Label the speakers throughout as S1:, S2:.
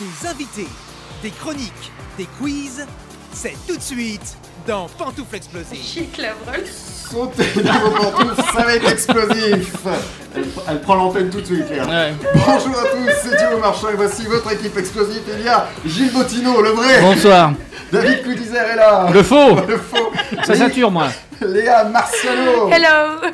S1: Des invités, des chroniques, des quiz, c'est tout de suite dans Pantoufle Explosive.
S2: Chic la brûle.
S3: Sautez dans vos pantoufles, ça va être explosif Elle, elle prend l'antenne tout de suite, Léa.
S4: Ouais.
S3: Bonjour à tous, c'est Thibaut Marchand et voici votre équipe explosive. Il y a Gilles Bottineau, le vrai
S4: Bonsoir.
S3: David Coudizère est là
S4: Le faux
S3: Le faux
S4: Ça
S3: Lé-
S4: sature, moi.
S3: Léa Marciano
S2: Hello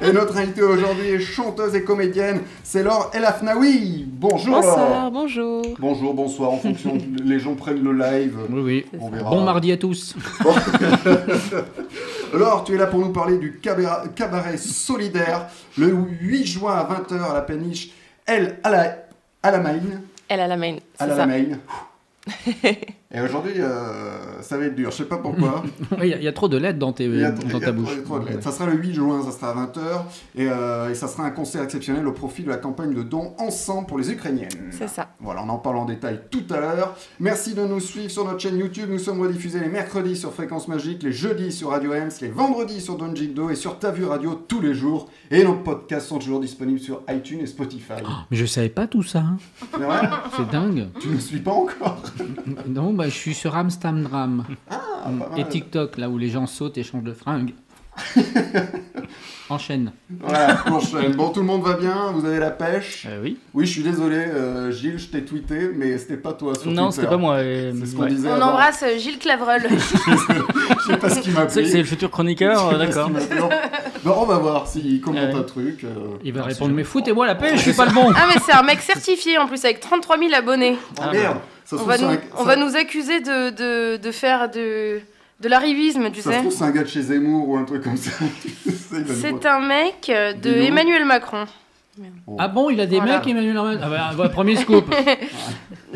S3: Et notre invitée aujourd'hui est chanteuse et comédienne, c'est Laure Elafnaoui Bonjour Laure
S5: Bonsoir, bonjour.
S3: Bonjour, bonsoir, en fonction, de- les gens prennent le live.
S4: Oui, oui.
S3: On verra.
S4: Bon mardi à tous.
S3: Laure, tu es là pour nous parler du cabéra- cabaret solidaire le 8 juin à 20h à la péniche Elle à la, à la Maine.
S5: Elle a la main,
S3: À
S5: c'est
S3: la
S5: ça.
S3: Maine. Et aujourd'hui, euh, ça va être dur. Je sais pas pourquoi.
S4: Oui, Il y, a- il y a trop de lettres dans, tes,
S3: Il y a- il y
S4: dans
S3: a
S4: ta
S3: trop-
S4: bouche.
S3: il y a trop de lettres. Ça sera le 8 juin, ça sera à 20h. Et, euh, et ça sera un concert exceptionnel au profit de la campagne de dons Ensemble pour les Ukrainiennes.
S5: C'est ça.
S3: Voilà, on en parle en détail tout à l'heure. Merci de nous suivre sur notre chaîne YouTube. Nous sommes rediffusés les mercredis sur Fréquence Magique, les jeudis sur Radio Ems, les vendredis sur Don Jigdo et sur Ta Vue Radio tous les jours. Et nos podcasts sont toujours disponibles sur iTunes et Spotify.
S4: Mais je savais pas tout ça. hein.
S3: C'est vrai
S4: C'est dingue.
S3: Tu ne suis pas encore
S4: Non, bah, je suis sur Amsterdam Mm.
S3: Ah, pas mal.
S4: et TikTok, là où les gens sautent et changent de fringue. Enchaîne.
S3: Voilà, on enchaîne. Bon, tout le monde va bien, vous avez la pêche.
S4: Euh, oui.
S3: Oui, je suis désolé, euh, Gilles, je t'ai tweeté, mais c'était pas toi sur
S4: Non,
S3: Twitter.
S4: c'était pas moi. euh,
S3: C'est ce qu'on
S4: ouais.
S3: disait.
S2: On
S3: avant.
S2: embrasse euh, Gilles Clavreul.
S3: Je sais pas ce qu'il m'a
S6: C'est
S3: pris.
S6: c'est le futur chroniqueur, euh,
S3: Je sais pas ce
S6: d'accord.
S3: qu'il m'a pris. Non. Non, Bah, on va voir s'il commente
S4: Ouais.
S3: un truc. euh.
S4: Il va répondre Mais foutez-moi la paix, je suis pas le bon.
S2: Ah mais c'est un mec certifié en plus avec 33 000 abonnés.
S3: Ah, merde, ça se
S2: On
S3: trouve,
S2: va
S3: c'est
S2: nous,
S3: un-
S2: on
S3: ça-
S2: va nous accuser de, de, de faire de, de l'arrivisme, tu
S3: ça se
S2: sais.
S3: trouve, c'est un gars de chez Zemmour ou un truc comme ça. Tu sais, il va nous-
S2: C'est un mec euh, de
S3: Dis donc.
S2: Emmanuel Macron.
S4: Ah bon, il a des
S2: Voilà.
S4: mecs, Emmanuel Arman Ah bah, bah, Premier scoop.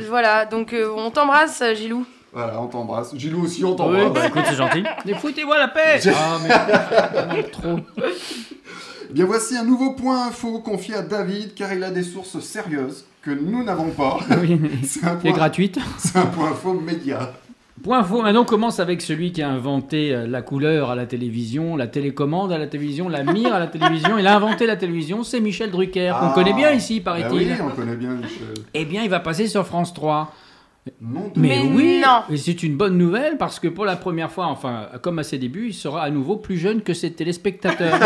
S2: Voilà, donc euh, on t'embrasse euh, Gilou.
S3: Voilà, on t'embrasse. Gilou aussi, on
S6: Oui,
S3: t'embrasse.
S6: bah écoute, c'est gentil.
S4: Mais foutez-moi la paix Ah, mais vraiment trop.
S3: Eh Bien voici un nouveau point info confié à David, car il a des sources sérieuses que nous n'avons pas.
S4: Oui.
S3: C'est un,
S4: Et
S3: point-
S4: gratuite.
S3: c'est un point info média.
S4: Point faux, maintenant on commence avec celui qui a inventé euh, la couleur à la télévision, la télécommande à la télévision, la mire à la télévision. Il a inventé la télévision, c'est Michel Drucker,
S3: Ah.
S4: qu'on connaît bien ici,
S3: Bah
S4: paraît-il.
S3: oui, on connaît bien Michel.
S4: Eh bien, il va passer sur France 3.
S3: Non, de-
S4: Mais,
S2: Mais
S4: oui
S2: non.
S4: Et c'est une bonne nouvelle parce que pour la première fois, enfin, comme à ses débuts, il sera à nouveau plus jeune que ses téléspectateurs.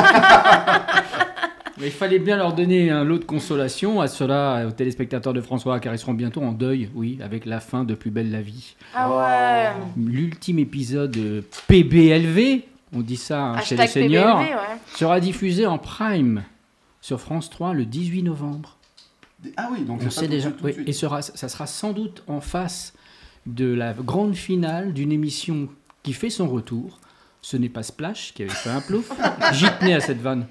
S4: Mais il fallait bien leur donner un lot de consolation à ceux-là, aux téléspectateurs de François, car ils seront bientôt en deuil, oui, avec la fin de Plus belle la vie.
S2: Ah ouais.
S4: L'ultime épisode euh, PBLV, on dit ça hein, chez les
S2: Hashtag
S4: seniors,
S2: PBLV, ouais.
S4: sera diffusé en prime sur France 3 le 18 novembre.
S3: Ah oui, donc
S4: On
S3: c'est pas
S4: sait
S3: tout de
S4: déjà.
S3: suite, tout
S4: oui,
S3: de suite.
S4: et sera, ça sera sans doute en face de la grande finale d'une émission qui fait son retour. Ce n'est pas Splash qui avait fait un plouf. J'y tenais à cette vanne.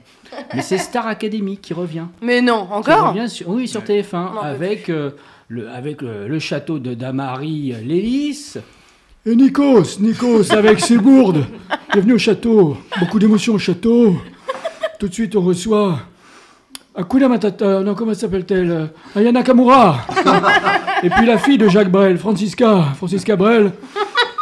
S4: Mais c'est Star Academy qui revient.
S2: Mais non,
S4: Qui
S2: encore
S4: revient sur- oui, sur TF1,
S2: Non,
S4: avec, euh, le, avec euh, le château de Damary euh, Lélis. Et Nikos, Nikos, avec ses bourdes. Bienvenue au château. Beaucoup d'émotions au château. Tout de suite, on reçoit. Akuna Matata, non, comment s'appelle-t-elle Euh, Ayana Kamura. Et puis la fille de Jacques Brel, Francisca, Francisca Brel.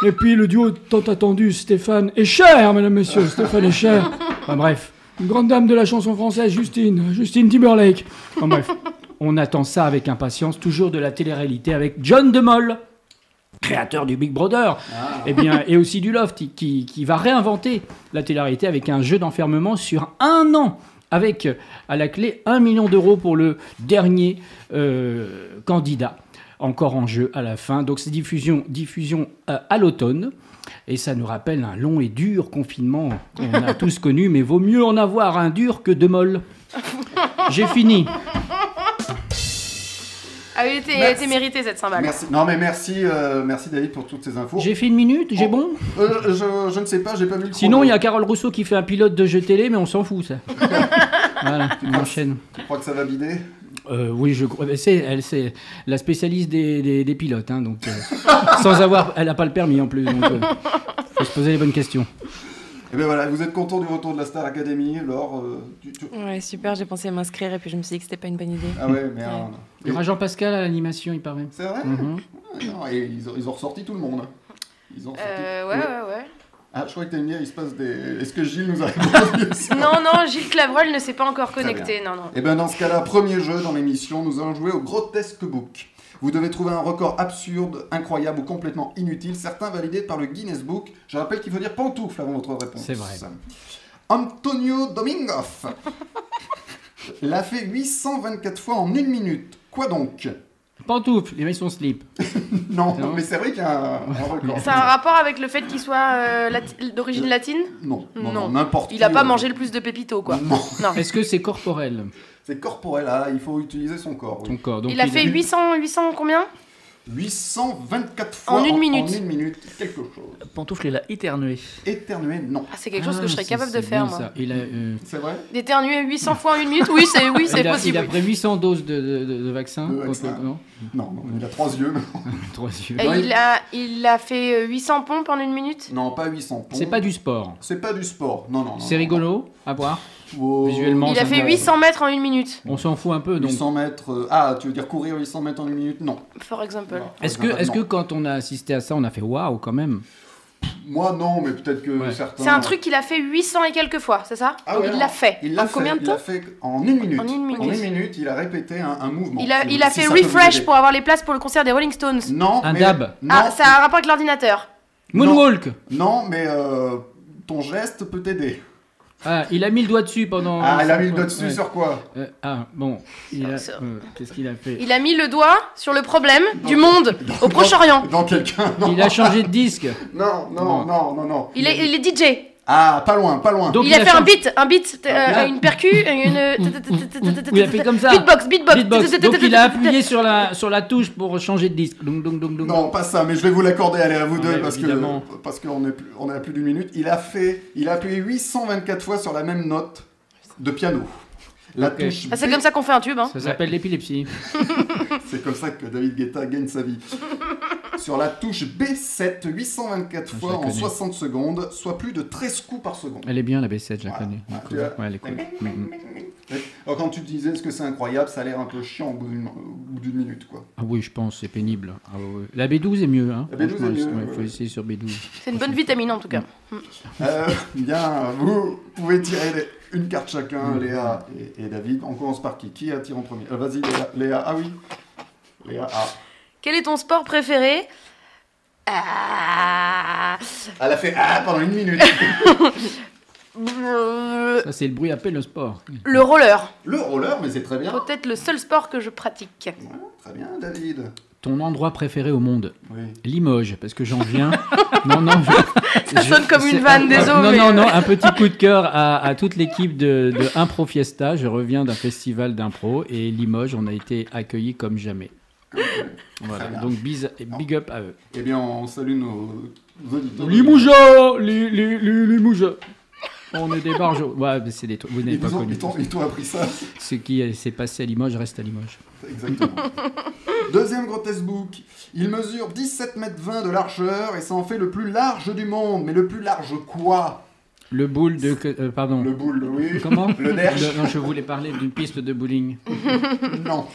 S4: Et puis le duo tant attendu, Stéphane et Cher, mesdames, messieurs, Stéphane et Cher. Enfin bref, une grande dame de la chanson française, Justine, Justine Timberlake. Enfin bref, on attend ça avec impatience, toujours de la télé-réalité avec John DeMol, créateur du Big Brother, et, bien, et aussi du Loft, qui, qui va réinventer la télé-réalité avec un jeu d'enfermement sur un an. Avec euh, à la clé 1 million d'euros pour le dernier euh, candidat encore en jeu à la fin. Donc c'est diffusion, diffusion euh, à l'automne. Et ça nous rappelle un long et dur confinement qu'on a tous connu, mais vaut mieux en avoir un dur que deux molles. J'ai fini.
S2: Ah oui, elle était- elle était méritée cette cymbale.
S3: Merci. Non mais merci, euh, merci David pour toutes ces infos.
S4: J'ai fait une minute, j'ai bon
S3: Euh, je, je ne sais pas, j'ai pas vu le.
S4: Sinon,
S3: chrono.
S4: il y a Carole Rousseau qui fait un pilote de jeu télé, mais on s'en fout, ça. Voilà, on enchaîne.
S3: Je crois que ça va vider.
S4: Euh, oui, je crois. C'est, elle, c'est la spécialiste des, des- des pilotes, hein, donc. euh, sans avoir. Elle n'a pas le permis en plus, donc. euh, faut se poser les bonnes questions.
S3: Et bien Eh ben voilà, vous êtes content du retour de la Star Academy, Laure. euh, tu- tu-
S5: Ouais, super, j'ai pensé à m'inscrire et puis je me suis dit que c'était pas une bonne idée.
S3: Ah ouais, merde.
S4: Il y aura Jean-Pascal à l'animation, il paraît.
S3: C'est vrai.
S4: Mhm.
S3: Ah non, et ils ont, ils ont ressorti tout le monde. Ils ont ressorti.
S2: Euh, ouais, ouais, ouais.
S3: Ah, je crois que t'as mis, il se passe des. Est-ce que Gilles nous a répondu ça
S2: Non, non, Gilles Clavreul ne s'est pas encore
S3: bien.
S2: connecté, non, non.
S3: Eh ben dans ce cas-là, premier jeu dans l'émission, nous allons jouer au Grotesque Book. Vous devez trouver un record absurde, incroyable ou complètement inutile, certains validés par le Guinness Book. Je rappelle qu'il faut dire pantoufle avant votre réponse.
S4: C'est vrai.
S3: Antonio Domingoff l'a fait 824 fois en une minute. Quoi donc
S4: Pantoufle, il met son slip.
S3: non,
S4: Non.
S3: mais c'est vrai qu'il y a un, un record.
S2: Ça a un rapport avec le fait qu'il soit euh, lati- d'origine latine
S3: Non, non, non,
S2: Non.
S3: n'importe
S2: Il a
S3: qui,
S2: pas
S3: euh,
S2: mangé le plus de pépito, quoi.
S3: Non,
S2: Non.
S4: Est-ce que c'est corporel,
S3: c'est corporel, ah, il faut utiliser son corps. oui.
S4: ton corps Donc,
S2: il a fait 800, 800 combien
S3: 824 fois
S2: En une minute.
S3: une minute, quelque chose.
S6: Pantoufle, il a éternué.
S3: Éternué, non.
S2: Ah, C'est quelque chose
S4: Ah,
S2: que je serais
S4: ça,
S2: capable de
S4: c'est
S2: faire,
S4: bien
S2: moi.
S4: ça. Il a, euh,
S3: C'est vrai
S2: D'éternuer 800 fois en une minute Oui, c'est oui, c'est
S4: il a- il
S2: possible.
S4: a pris 800 doses de, de, de- de vaccins.
S3: De
S4: contre-
S3: vaccins.
S4: non
S3: Non, non, il a trois yeux.
S4: Trois yeux.
S2: Et
S3: Non, il-
S2: il, a, il a fait euh, 800 pompes en une minute
S3: Non, pas 800 pompes.
S4: C'est pas du sport.
S3: C'est pas du sport, non, non. non,
S4: C'est
S3: non.
S4: rigolo à voir.
S3: Oh,
S4: Visuellement,
S2: Il a
S4: ça
S2: fait
S4: me-
S2: 800 mètres en une minute,
S4: On s'en fout un peu. Donc,
S3: 800 mètres. euh, ah, tu veux dire courir 800 mètres en une minute Non.
S2: for example.
S3: Non,
S4: est-ce que,
S3: non.
S4: est-ce que quand on a assisté à ça, on a fait waouh quand même
S3: Moi, non, mais peut-être que
S4: Ouais.
S3: certains.
S2: C'est un truc qu'il a fait 800 et quelques fois, c'est ça
S3: Ah ouais,
S2: Il
S3: non.
S2: l'a fait.
S3: Il l'a
S2: en
S3: fait,
S2: combien de
S3: il l'a
S2: temps
S3: fait en une minute.
S2: En une minute.
S3: minute, il a répété un, un mouvement.
S2: Il a,
S3: Si-
S2: il a
S3: si
S2: fait
S3: ça peut vous
S2: refresh
S3: aider.
S2: pour avoir les places pour le concert des Rolling Stones.
S3: Non,
S4: Un
S3: mais-
S4: dab.
S3: Non,
S2: Ah, ça a un rapport avec l'ordinateur.
S3: Non.
S4: Moonwalk.
S3: non, mais euh, ton geste peut t'aider.
S4: Ah, il a mis le doigt dessus pendant.
S3: ah, il a mis le doigt dessus
S4: Oh, Ouais.
S3: sur quoi
S4: Euh, ah bon. Il a-
S2: Sur-
S4: euh, Qu'est-ce qu'il a fait
S2: Il a mis le doigt sur le problème du monde au Proche-Orient.
S3: Dans quelqu'un Non,
S4: Il a changé de disque.
S3: non, non,
S4: Non.
S3: non, non, non.
S2: Il est, il est DJ.
S3: Ah, pas loin, pas loin.
S4: Donc
S2: il, a, fait un
S4: changé-
S2: beat, un beat, euh,
S4: Ah.
S2: une percu, une. euh,
S4: il a fait comme ça.
S2: Beatbox, beatbox.
S4: Beatbox. Donc il a appuyé sur la, sur la touche pour changer de disque. Donc, donc, donc, donc.
S3: Non, pas ça, mais je vais vous l'accorder, allez, à vous
S4: Non,
S3: deux,
S4: mais
S3: parce
S4: évidemment.
S3: que parce qu'on est plus- on est à plus d'une minute. Il a fait, il a appuyé 824 fois sur la même note de piano. La
S4: Ok.
S3: touche.
S2: Ah, c'est
S3: B,
S2: comme ça qu'on fait un tube, hein.
S4: Ça s'appelle l'épilepsie.
S3: c'est comme ça que David Guetta gagne sa vie. sur la touche B7, 824
S4: Ah, Je
S3: fois
S4: la
S3: en
S4: connais.
S3: 60 secondes, soit plus de 13 coups par seconde.
S4: Elle est bien la B7, je la
S3: Voilà.
S4: connais. Elle est
S3: Ah,
S4: cool.
S3: tu vois.
S4: Ouais, elle est cool. Mhm.
S3: Alors, quand tu disais ce que c'est incroyable, ça a l'air un peu chiant au bout d'une- au bout d'une minute, quoi.
S4: Ah oui, je pense, c'est pénible. Ah ouais, ouais. La B12 est mieux. Hein,
S3: La B12 est
S4: franchement,
S3: mieux,
S4: ouais,
S3: ouais,
S4: faut
S3: ouais.
S4: essayer sur B12.
S2: C'est une bonne vitamine en tout cas.
S3: Euh, bien, vous pouvez tirer les- une carte chacun, Léa et, et David. On commence par qui Qui attire en premier Euh, Vas-y, Léa. Léa. Ah oui Léa, ah.
S2: Quel est ton sport préféré Ah.
S3: Elle a fait Ah pendant une minute.
S2: Euh,
S4: Ça, c'est le bruit appelé le sport.
S2: Le roller,
S3: Le roller, mais c'est très bien.
S2: peut-être le seul sport que je pratique.
S3: Ouais, très bien, David.
S4: Ton endroit préféré au monde
S3: Oui.
S4: Limoges, parce que j'en viens. non, non. je-
S2: Ça
S4: je-
S2: sonne comme une
S4: c'est-
S2: vanne,
S4: non,
S2: désolé,
S4: Non,
S2: mais-
S4: non, non, un petit coup de cœur à, à toute l'équipe de, de Impro Fiesta. Je reviens d'un festival d'impro et Limoges, on a été accueillis comme jamais. Voilà,
S3: Très bien.
S4: donc bis- et big up à eux.
S3: Eh bien, on salue nos auditeurs.
S4: Limoges li- li- li- Limoges On est des barjots. Ouais, mais c'est des trucs. Vous n'avez
S3: Ils
S4: pas
S3: nous ont-
S4: connu.
S3: ils t'ont ils t'ont appris ça.
S4: Ce qui euh, s'est passé à Limoges reste à Limoges.
S3: Exactement. Deuxième grotesque book. Il mesure 17 mètres 20 de largeur et ça en fait le plus large du monde. Mais le plus large quoi
S4: Le boule de. que- euh, pardon.
S3: Le boule, oui.
S4: Comment
S3: Le derche.
S4: Le- Non, je voulais parler d'une piste de bowling.
S3: Non.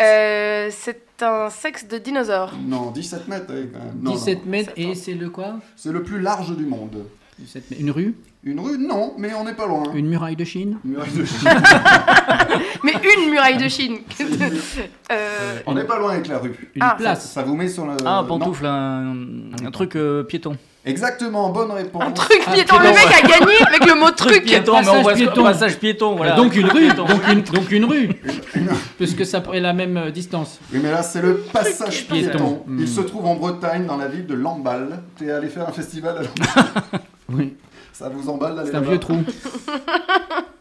S2: Euh, c'est un sexe de dinosaure.
S3: Non, 17 mètres. oui, quand même. Non,
S4: 17
S3: non.
S4: mètres et c'est le quoi
S3: C'est le plus large du monde.
S4: 17 mètres. Une rue
S3: Une rue, non, mais on n'est pas loin.
S4: Une muraille de Chine
S3: Une muraille de Chine.
S2: Mais une muraille de Chine. Euh,
S3: on n'est pas loin avec la rue.
S4: Une
S2: Ah,
S4: place
S3: Ça vous met sur le.
S6: Ah,
S3: Euh, non.
S6: pantoufle, un, un truc euh, piéton.
S3: Exactement, bonne réponse.
S2: un truc
S4: Ah,
S2: piéton. Le
S4: piéton,
S2: mec a gagné avec le mot truc.
S6: piéton, mais
S4: passage
S6: on voit ce que-
S4: piéton.
S6: passage piéton, voilà.
S4: Donc une rue
S6: Piéton.
S4: donc une, donc une rue Puisque ça est la même euh, distance.
S3: Oui, mais là, c'est le passage piéton.
S4: piéton.
S3: Il
S4: Mm.
S3: se trouve en Bretagne, dans la ville de Lamballe. T'es allé faire un festival à Lamballe.
S4: Oui,
S3: Ça vous emballe d'aller
S4: c'est un
S3: là-bas
S4: vieux trou.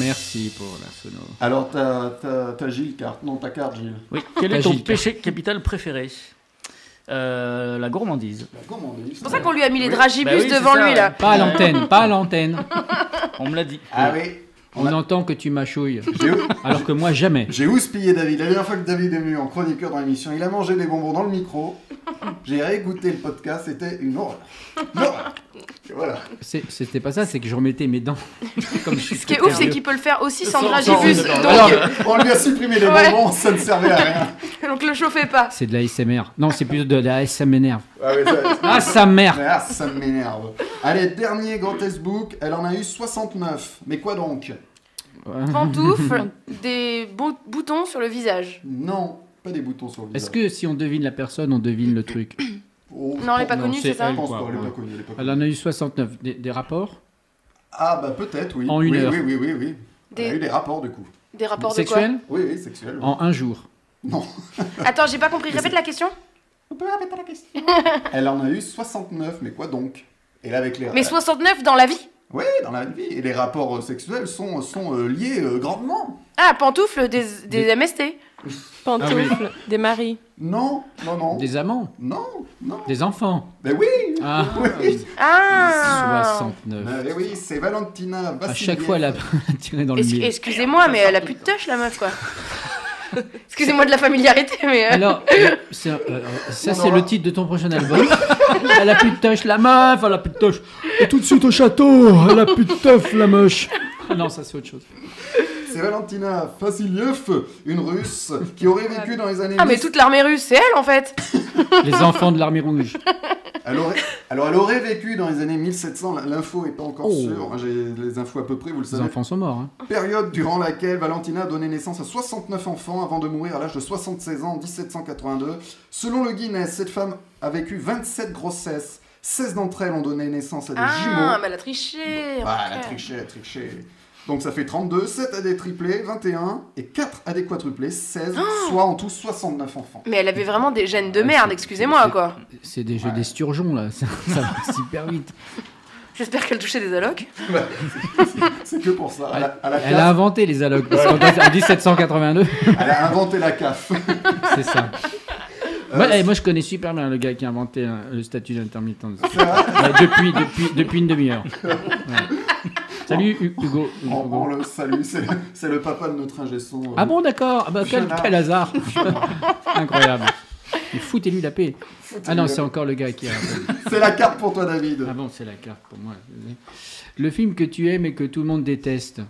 S4: Merci pour la sono.
S3: Alors, t'as- t'as t'as Gilles, carte. Non, ta carte, Gilles.
S6: Oui. Quel est ton
S4: Agile,
S6: péché capital préféré Euh, La gourmandise.
S3: La gourmandise.
S2: C'est pour ça qu'on lui a mis les
S3: Oui.
S2: dragibus
S6: Bah oui, c'est
S2: devant
S6: ça,
S2: lui
S6: ouais.
S2: là.
S4: Pas à
S6: Ouais.
S4: l'antenne, pas à l'antenne.
S6: On me l'a dit.
S3: Ah oui.
S4: On entend que tu m'achouilles.
S3: J'ai ou-
S4: Alors que moi, jamais.
S3: J'ai houspillé David. La dernière fois que David est venu en chroniqueur dans l'émission, il a mangé des bonbons dans le micro. J'ai réécouté le podcast, c'était une horreur. Une horreur. Et Voilà.
S4: C'est- C'était pas ça, c'est que je remettais mes dents. Comme je suis
S2: Ce qui est
S4: très
S2: ouf, c'est
S4: nerveux.
S2: qu'il peut le faire aussi sans
S6: Sans-
S2: dragibus.
S6: sans-
S2: Donc,
S3: Alors, on lui a supprimé les
S2: Ouais.
S3: bonbons, ça ne servait à rien.
S2: donc le chauffez pas.
S4: C'est de la SMR. Non, c'est plus de la SMNR.
S3: Ah, mais ça-
S4: Ah, sa mère
S3: Ah, ça m'énerve. Allez, dernier grand book, elle en a eu 69. Mais quoi donc
S2: Pantoufles, des bou- boutons sur le visage.
S3: Non, pas des boutons sur le
S4: Est-ce
S3: visage.
S4: que si on devine la personne, on devine le truc
S3: Oh, je
S2: Non, elle est
S3: pense-
S2: pas
S4: Non,
S2: connue,
S4: c'est
S2: c'est ça
S4: elle.
S3: Je pense pas, elle est
S4: Ouais.
S3: pas connue, elle est pas
S4: Elle
S3: connue.
S4: en a eu 69. Des, des rapports
S3: Ah bah peut-être, oui.
S4: En une
S3: oui,
S4: heure.
S3: oui, oui, oui, Ah oui. Elle a eu
S2: Des,
S3: des rapports du coup.
S2: des rapports de quoi
S4: sexuels
S3: Oui, oui, sexuel.
S4: En un jour.
S2: Attends, j'ai pas compris. Répète la question.
S3: On peut répéter la question Elle en a eu 69, mais quoi donc Et là avec les
S2: Mais 69 dans la vie
S3: Oui, dans la vie. Et les rapports euh, sexuels sont, sont euh, liés euh, grandement.
S2: Ah, pantoufle des, des MST.
S7: Pantoufles, des maris.
S3: Non, non, non.
S4: Des amants
S3: Non, non.
S4: Des enfants
S3: Mais oui
S4: Ah
S3: Oui.
S2: Ah
S4: 69.
S3: Mais ben oui, c'est Valentina
S4: À
S8: Ah,
S3: Vassiliev.
S4: chaque fois, elle a tiré dans le
S2: Excu-
S4: milieu.
S2: Excusez-moi, mais elle a plus de touche, la meuf, quoi. Excusez-moi de la familiarité, mais. euh,
S4: Alors, euh, c'est, euh, euh, ça,
S3: On
S4: c'est
S3: aura-
S4: le titre de ton prochain album. elle a plus de touche, la meuf, elle a plus de touche.
S8: Et tout de suite au château, elle a plus de teuf, la moche.
S4: Ah non, ça, c'est autre chose.
S3: C'est Valentina Vassiliev, une russe qui aurait vécu dans les années...
S2: Ah, mais
S3: 1000.
S2: toute l'armée russe, c'est elle, en fait.
S4: Les enfants de l'armée rouge.
S3: Elle aurait... Alors, elle aurait vécu dans les années 1700. L- L'info est pas encore
S4: Oh.
S3: sûre. hein, J'ai les infos à peu près, vous le
S4: Les
S3: savez.
S4: enfants sont morts. hein.
S3: Période durant laquelle Valentina a donné naissance à 69 enfants avant de mourir à l'âge de 76 ans en 1782. Selon le Guinness, cette femme a vécu 27 grossesses. 16 d'entre elles ont donné naissance à des jumeaux.
S2: Ah, mais elle a triché.
S3: Ah,
S2: ok.
S3: elle a triché, elle a triché. Donc ça fait 32, 7 à des triplés, 21 et 4 à des quadruplés, 16,
S2: Ah.
S3: soit en tout 69 enfants.
S2: Mais elle avait vraiment des gènes de
S4: Ouais,
S2: merde,
S4: c'est-
S2: excusez-moi,
S4: c'est-
S2: quoi.
S4: C'est des jeux
S3: Ouais.
S4: d'esturgeon, là. Ça, ça va super vite.
S2: J'espère qu'elle touchait des allocs.
S3: C'est que pour ça. Elle a,
S8: Ah,
S3: elle a
S4: Elle a
S3: CAF,
S4: inventé les allocs. parce qu'en fait, en 1782,
S3: elle a inventé la CAF. Euh,
S4: c'est ça. Moi,
S8: Euh,
S4: eh, moi, je connais super bien le gars qui a inventé hein, le statut d'intermittence.
S3: C'est vrai,
S4: Ouais, depuis, depuis, depuis une demi-heure. Ouais. Salut Hu- Hugo.
S3: on, on le salue, c'est le, c'est le papa de notre ingé son. euh,
S4: Ah bon, d'accord. Ah bah, quel,
S3: Fiona.
S4: quel hasard. Incroyable. Mais foutez-lui la paix.
S3: foutez-le.
S4: Ah non, c'est encore le gars qui a.
S3: C'est la carte pour toi, David.
S4: Ah bon, c'est la carte pour moi. Le film que tu aimes et que tout le monde déteste.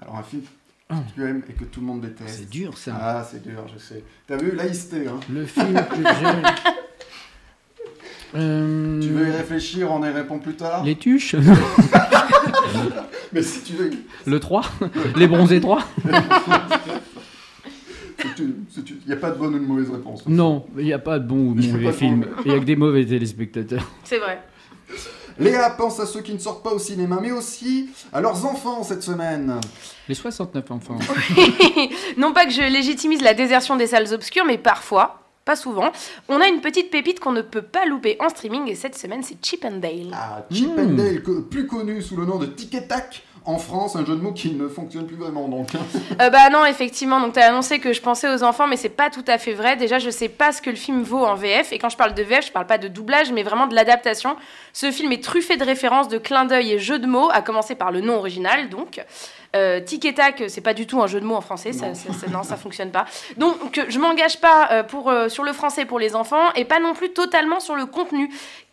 S3: Alors un film que tu aimes et que tout le monde déteste.
S4: C'est dur ça.
S3: Ah, c'est dur, je sais. T'as vu, laïcité, hein.
S4: Le film que j'aime. Euh,
S3: Tu veux y réfléchir, on y répond plus tard.
S4: Les tuches
S3: Mais si tu veux,
S4: Le 3 Les bronzés 3
S3: il n'y a pas de bonne ou de mauvaise réponse.
S4: Non, il n'y a pas de bons ou de
S3: Je fais pas
S4: mauvais
S3: de
S4: films.
S3: bons.
S4: Il n'y a que des mauvais téléspectateurs.
S2: C'est vrai.
S3: Léa pense à ceux qui ne sortent pas au cinéma, mais aussi à leurs enfants cette semaine.
S4: Les 69 enfants.
S2: non pas que je légitimise la désertion des salles obscures, mais parfois, pas souvent, on a une petite pépite qu'on ne peut pas louper en streaming, et cette semaine, c'est Chip and Dale.
S3: Ah, Chip
S4: Mm.
S3: and Dale, que- plus connu sous le nom de Tic et Tac en France, un jeu de mots qui ne fonctionne plus vraiment donc.
S2: Euh, bah non, effectivement, donc t'as annoncé que je pensais aux enfants, mais c'est pas tout à fait vrai. Déjà, je sais pas ce que le film vaut en VF, et quand je parle de VF, je parle pas de doublage, mais vraiment de l'adaptation. Ce film est truffé de références, de clins d'œil et jeux de mots, à commencer par le nom original, donc. Euh, tic et tac, c'est pas du tout un jeu de mots en français, ça, ça, ça- non, ça fonctionne pas. Donc, euh, je m'engage pas euh, pour, euh, sur le français pour les enfants, et pas non plus totalement sur le contenu,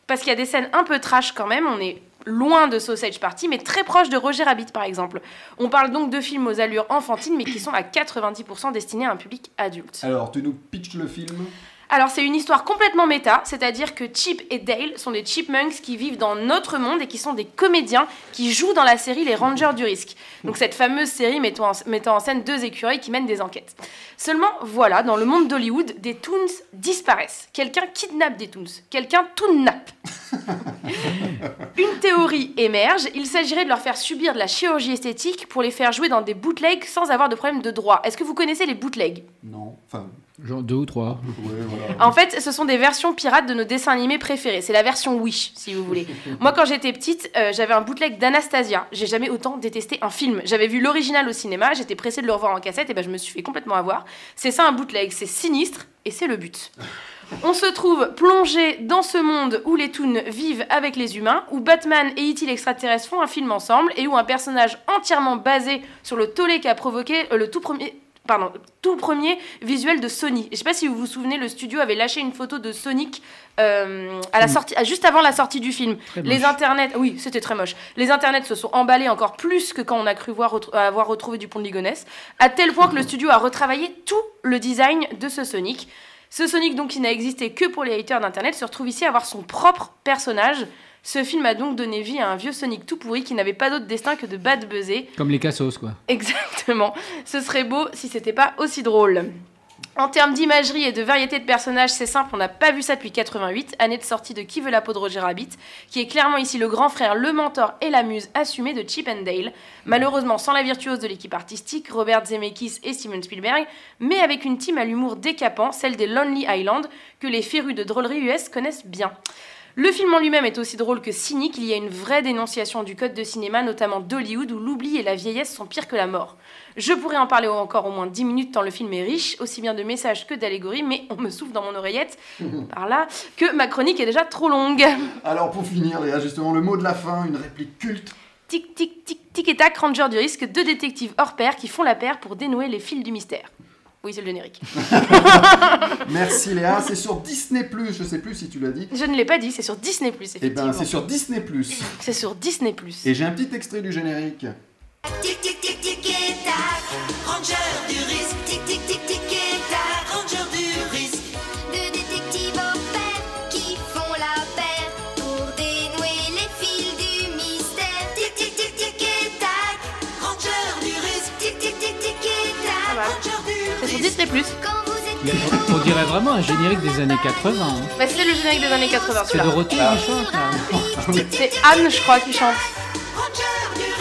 S2: parce qu'il y a des scènes un peu trash quand même, on est loin de Sausage Party, mais très proche de Roger Rabbit, par exemple. On parle donc de films aux allures enfantines, mais qui sont à 90% destinés à un public adulte.
S3: Alors, tu nous pitches le film
S2: Alors, c'est une histoire complètement méta, c'est-à-dire que Chip et Dale sont des chipmunks qui vivent dans notre monde et qui sont des comédiens qui jouent dans la série Les Rangers du Risque. Donc, cette fameuse série mettant en, mettant en scène deux écureuils qui mènent des enquêtes. Seulement, voilà, dans le monde d'Hollywood, des toons disparaissent. Quelqu'un kidnappe des toons, quelqu'un toonnappe. Une théorie émerge, il s'agirait de leur faire subir de la chirurgie esthétique pour les faire jouer dans des bootlegs sans avoir de problème de droit. Est-ce que vous connaissez les bootlegs
S3: Non. Enfin,
S4: Genre deux ou trois.
S3: ouais, voilà.
S2: En fait, ce sont des versions pirates de nos dessins animés préférés. C'est la version Wish, si vous voulez. Moi, quand j'étais petite, euh, j'avais un bootleg d'Anastasia. J'ai jamais autant détesté un film. J'avais vu l'original au cinéma, j'étais pressée de le revoir en cassette, et ben je me suis fait complètement avoir. C'est ça un bootleg, c'est sinistre, et c'est le but. On se trouve plongé dans ce monde où les toons vivent avec les humains, où Batman et E.T. l'extraterrestre font un film ensemble, et où un personnage entièrement basé sur le tollé qu'a provoqué euh, le tout premier... Pardon, tout premier visuel de Sony. Je sais pas si vous vous souvenez, le studio avait lâché une photo de Sonic euh, à la sortie, à- juste avant la sortie du film.
S4: Très moche.
S2: Les internets, oui, c'était très moche. Les internets se sont emballés encore plus que quand on a cru voir retr- avoir retrouvé Dupont de Ligonnès, à tel point que le studio a retravaillé tout le design de ce Sonic. Ce Sonic, donc, qui n'a existé que pour les haters d'internet, se retrouve ici à avoir son propre personnage. Ce film a donc donné vie à un vieux Sonic tout pourri qui n'avait pas d'autre destin que de bad buzzer.
S4: Comme les cassos, quoi.
S2: Exactement. Ce serait beau si c'était pas aussi drôle. En termes d'imagerie et de variété de personnages, c'est simple, on n'a pas vu ça depuis 88, année de sortie de Qui veut la peau de Roger Rabbit, qui est clairement ici le grand frère, le mentor et la muse assumée de Chip and Dale. Malheureusement, sans la virtuose de l'équipe artistique, Robert Zemeckis et Steven Spielberg, mais avec une team à l'humour décapant, celle des Lonely Island, que les férus de drôlerie US connaissent bien. Le film en lui-même est aussi drôle que cynique, il y a une vraie dénonciation du code de cinéma, notamment d'Hollywood, où l'oubli et la vieillesse sont pires que la mort. Je pourrais en parler encore au moins 10 minutes tant le film est riche, aussi bien de messages que d'allégories, mais on me souffle dans mon oreillette, par là, que ma chronique est déjà trop longue.
S3: Alors pour finir, Léa, justement, le mot de la fin, une réplique culte.
S2: Tic tic tic tic et tac, Ranger du risque, deux détectives hors pair qui font la paire pour dénouer les fils du mystère. Oui, c'est le générique.
S3: Merci Léa, c'est sur Disney+, je sais plus si tu l'as dit.
S2: Je ne l'ai pas dit, c'est sur Disney+,
S3: Eh
S2: effectivement.
S3: ben, c'est sur Disney+.
S2: C'est sur Disney+.
S3: Et j'ai un petit extrait du générique.
S9: Tic tic tic tic et tac, ranger du risque. Tic tic tic tic et tac, ranger du risque. Deux détectives au pair qui font la paire pour dénouer les fils du mystère. Tic tic tic tic et tac, ranger du risque. Tic tic tic tic et tac,
S2: mal.
S9: ranger
S2: Ah bah. C'est
S9: du
S2: sur
S9: risque.
S2: Disney+.
S9: Quand vous
S4: Mais
S9: étiez
S4: on- On dirait vraiment un générique des années 80. hein.
S2: Bah, c'est le générique des années 80,
S4: C'est de
S2: celui-là.
S4: retour du choc. là.
S2: C'est Anne, je crois, qui chante.
S9: ranger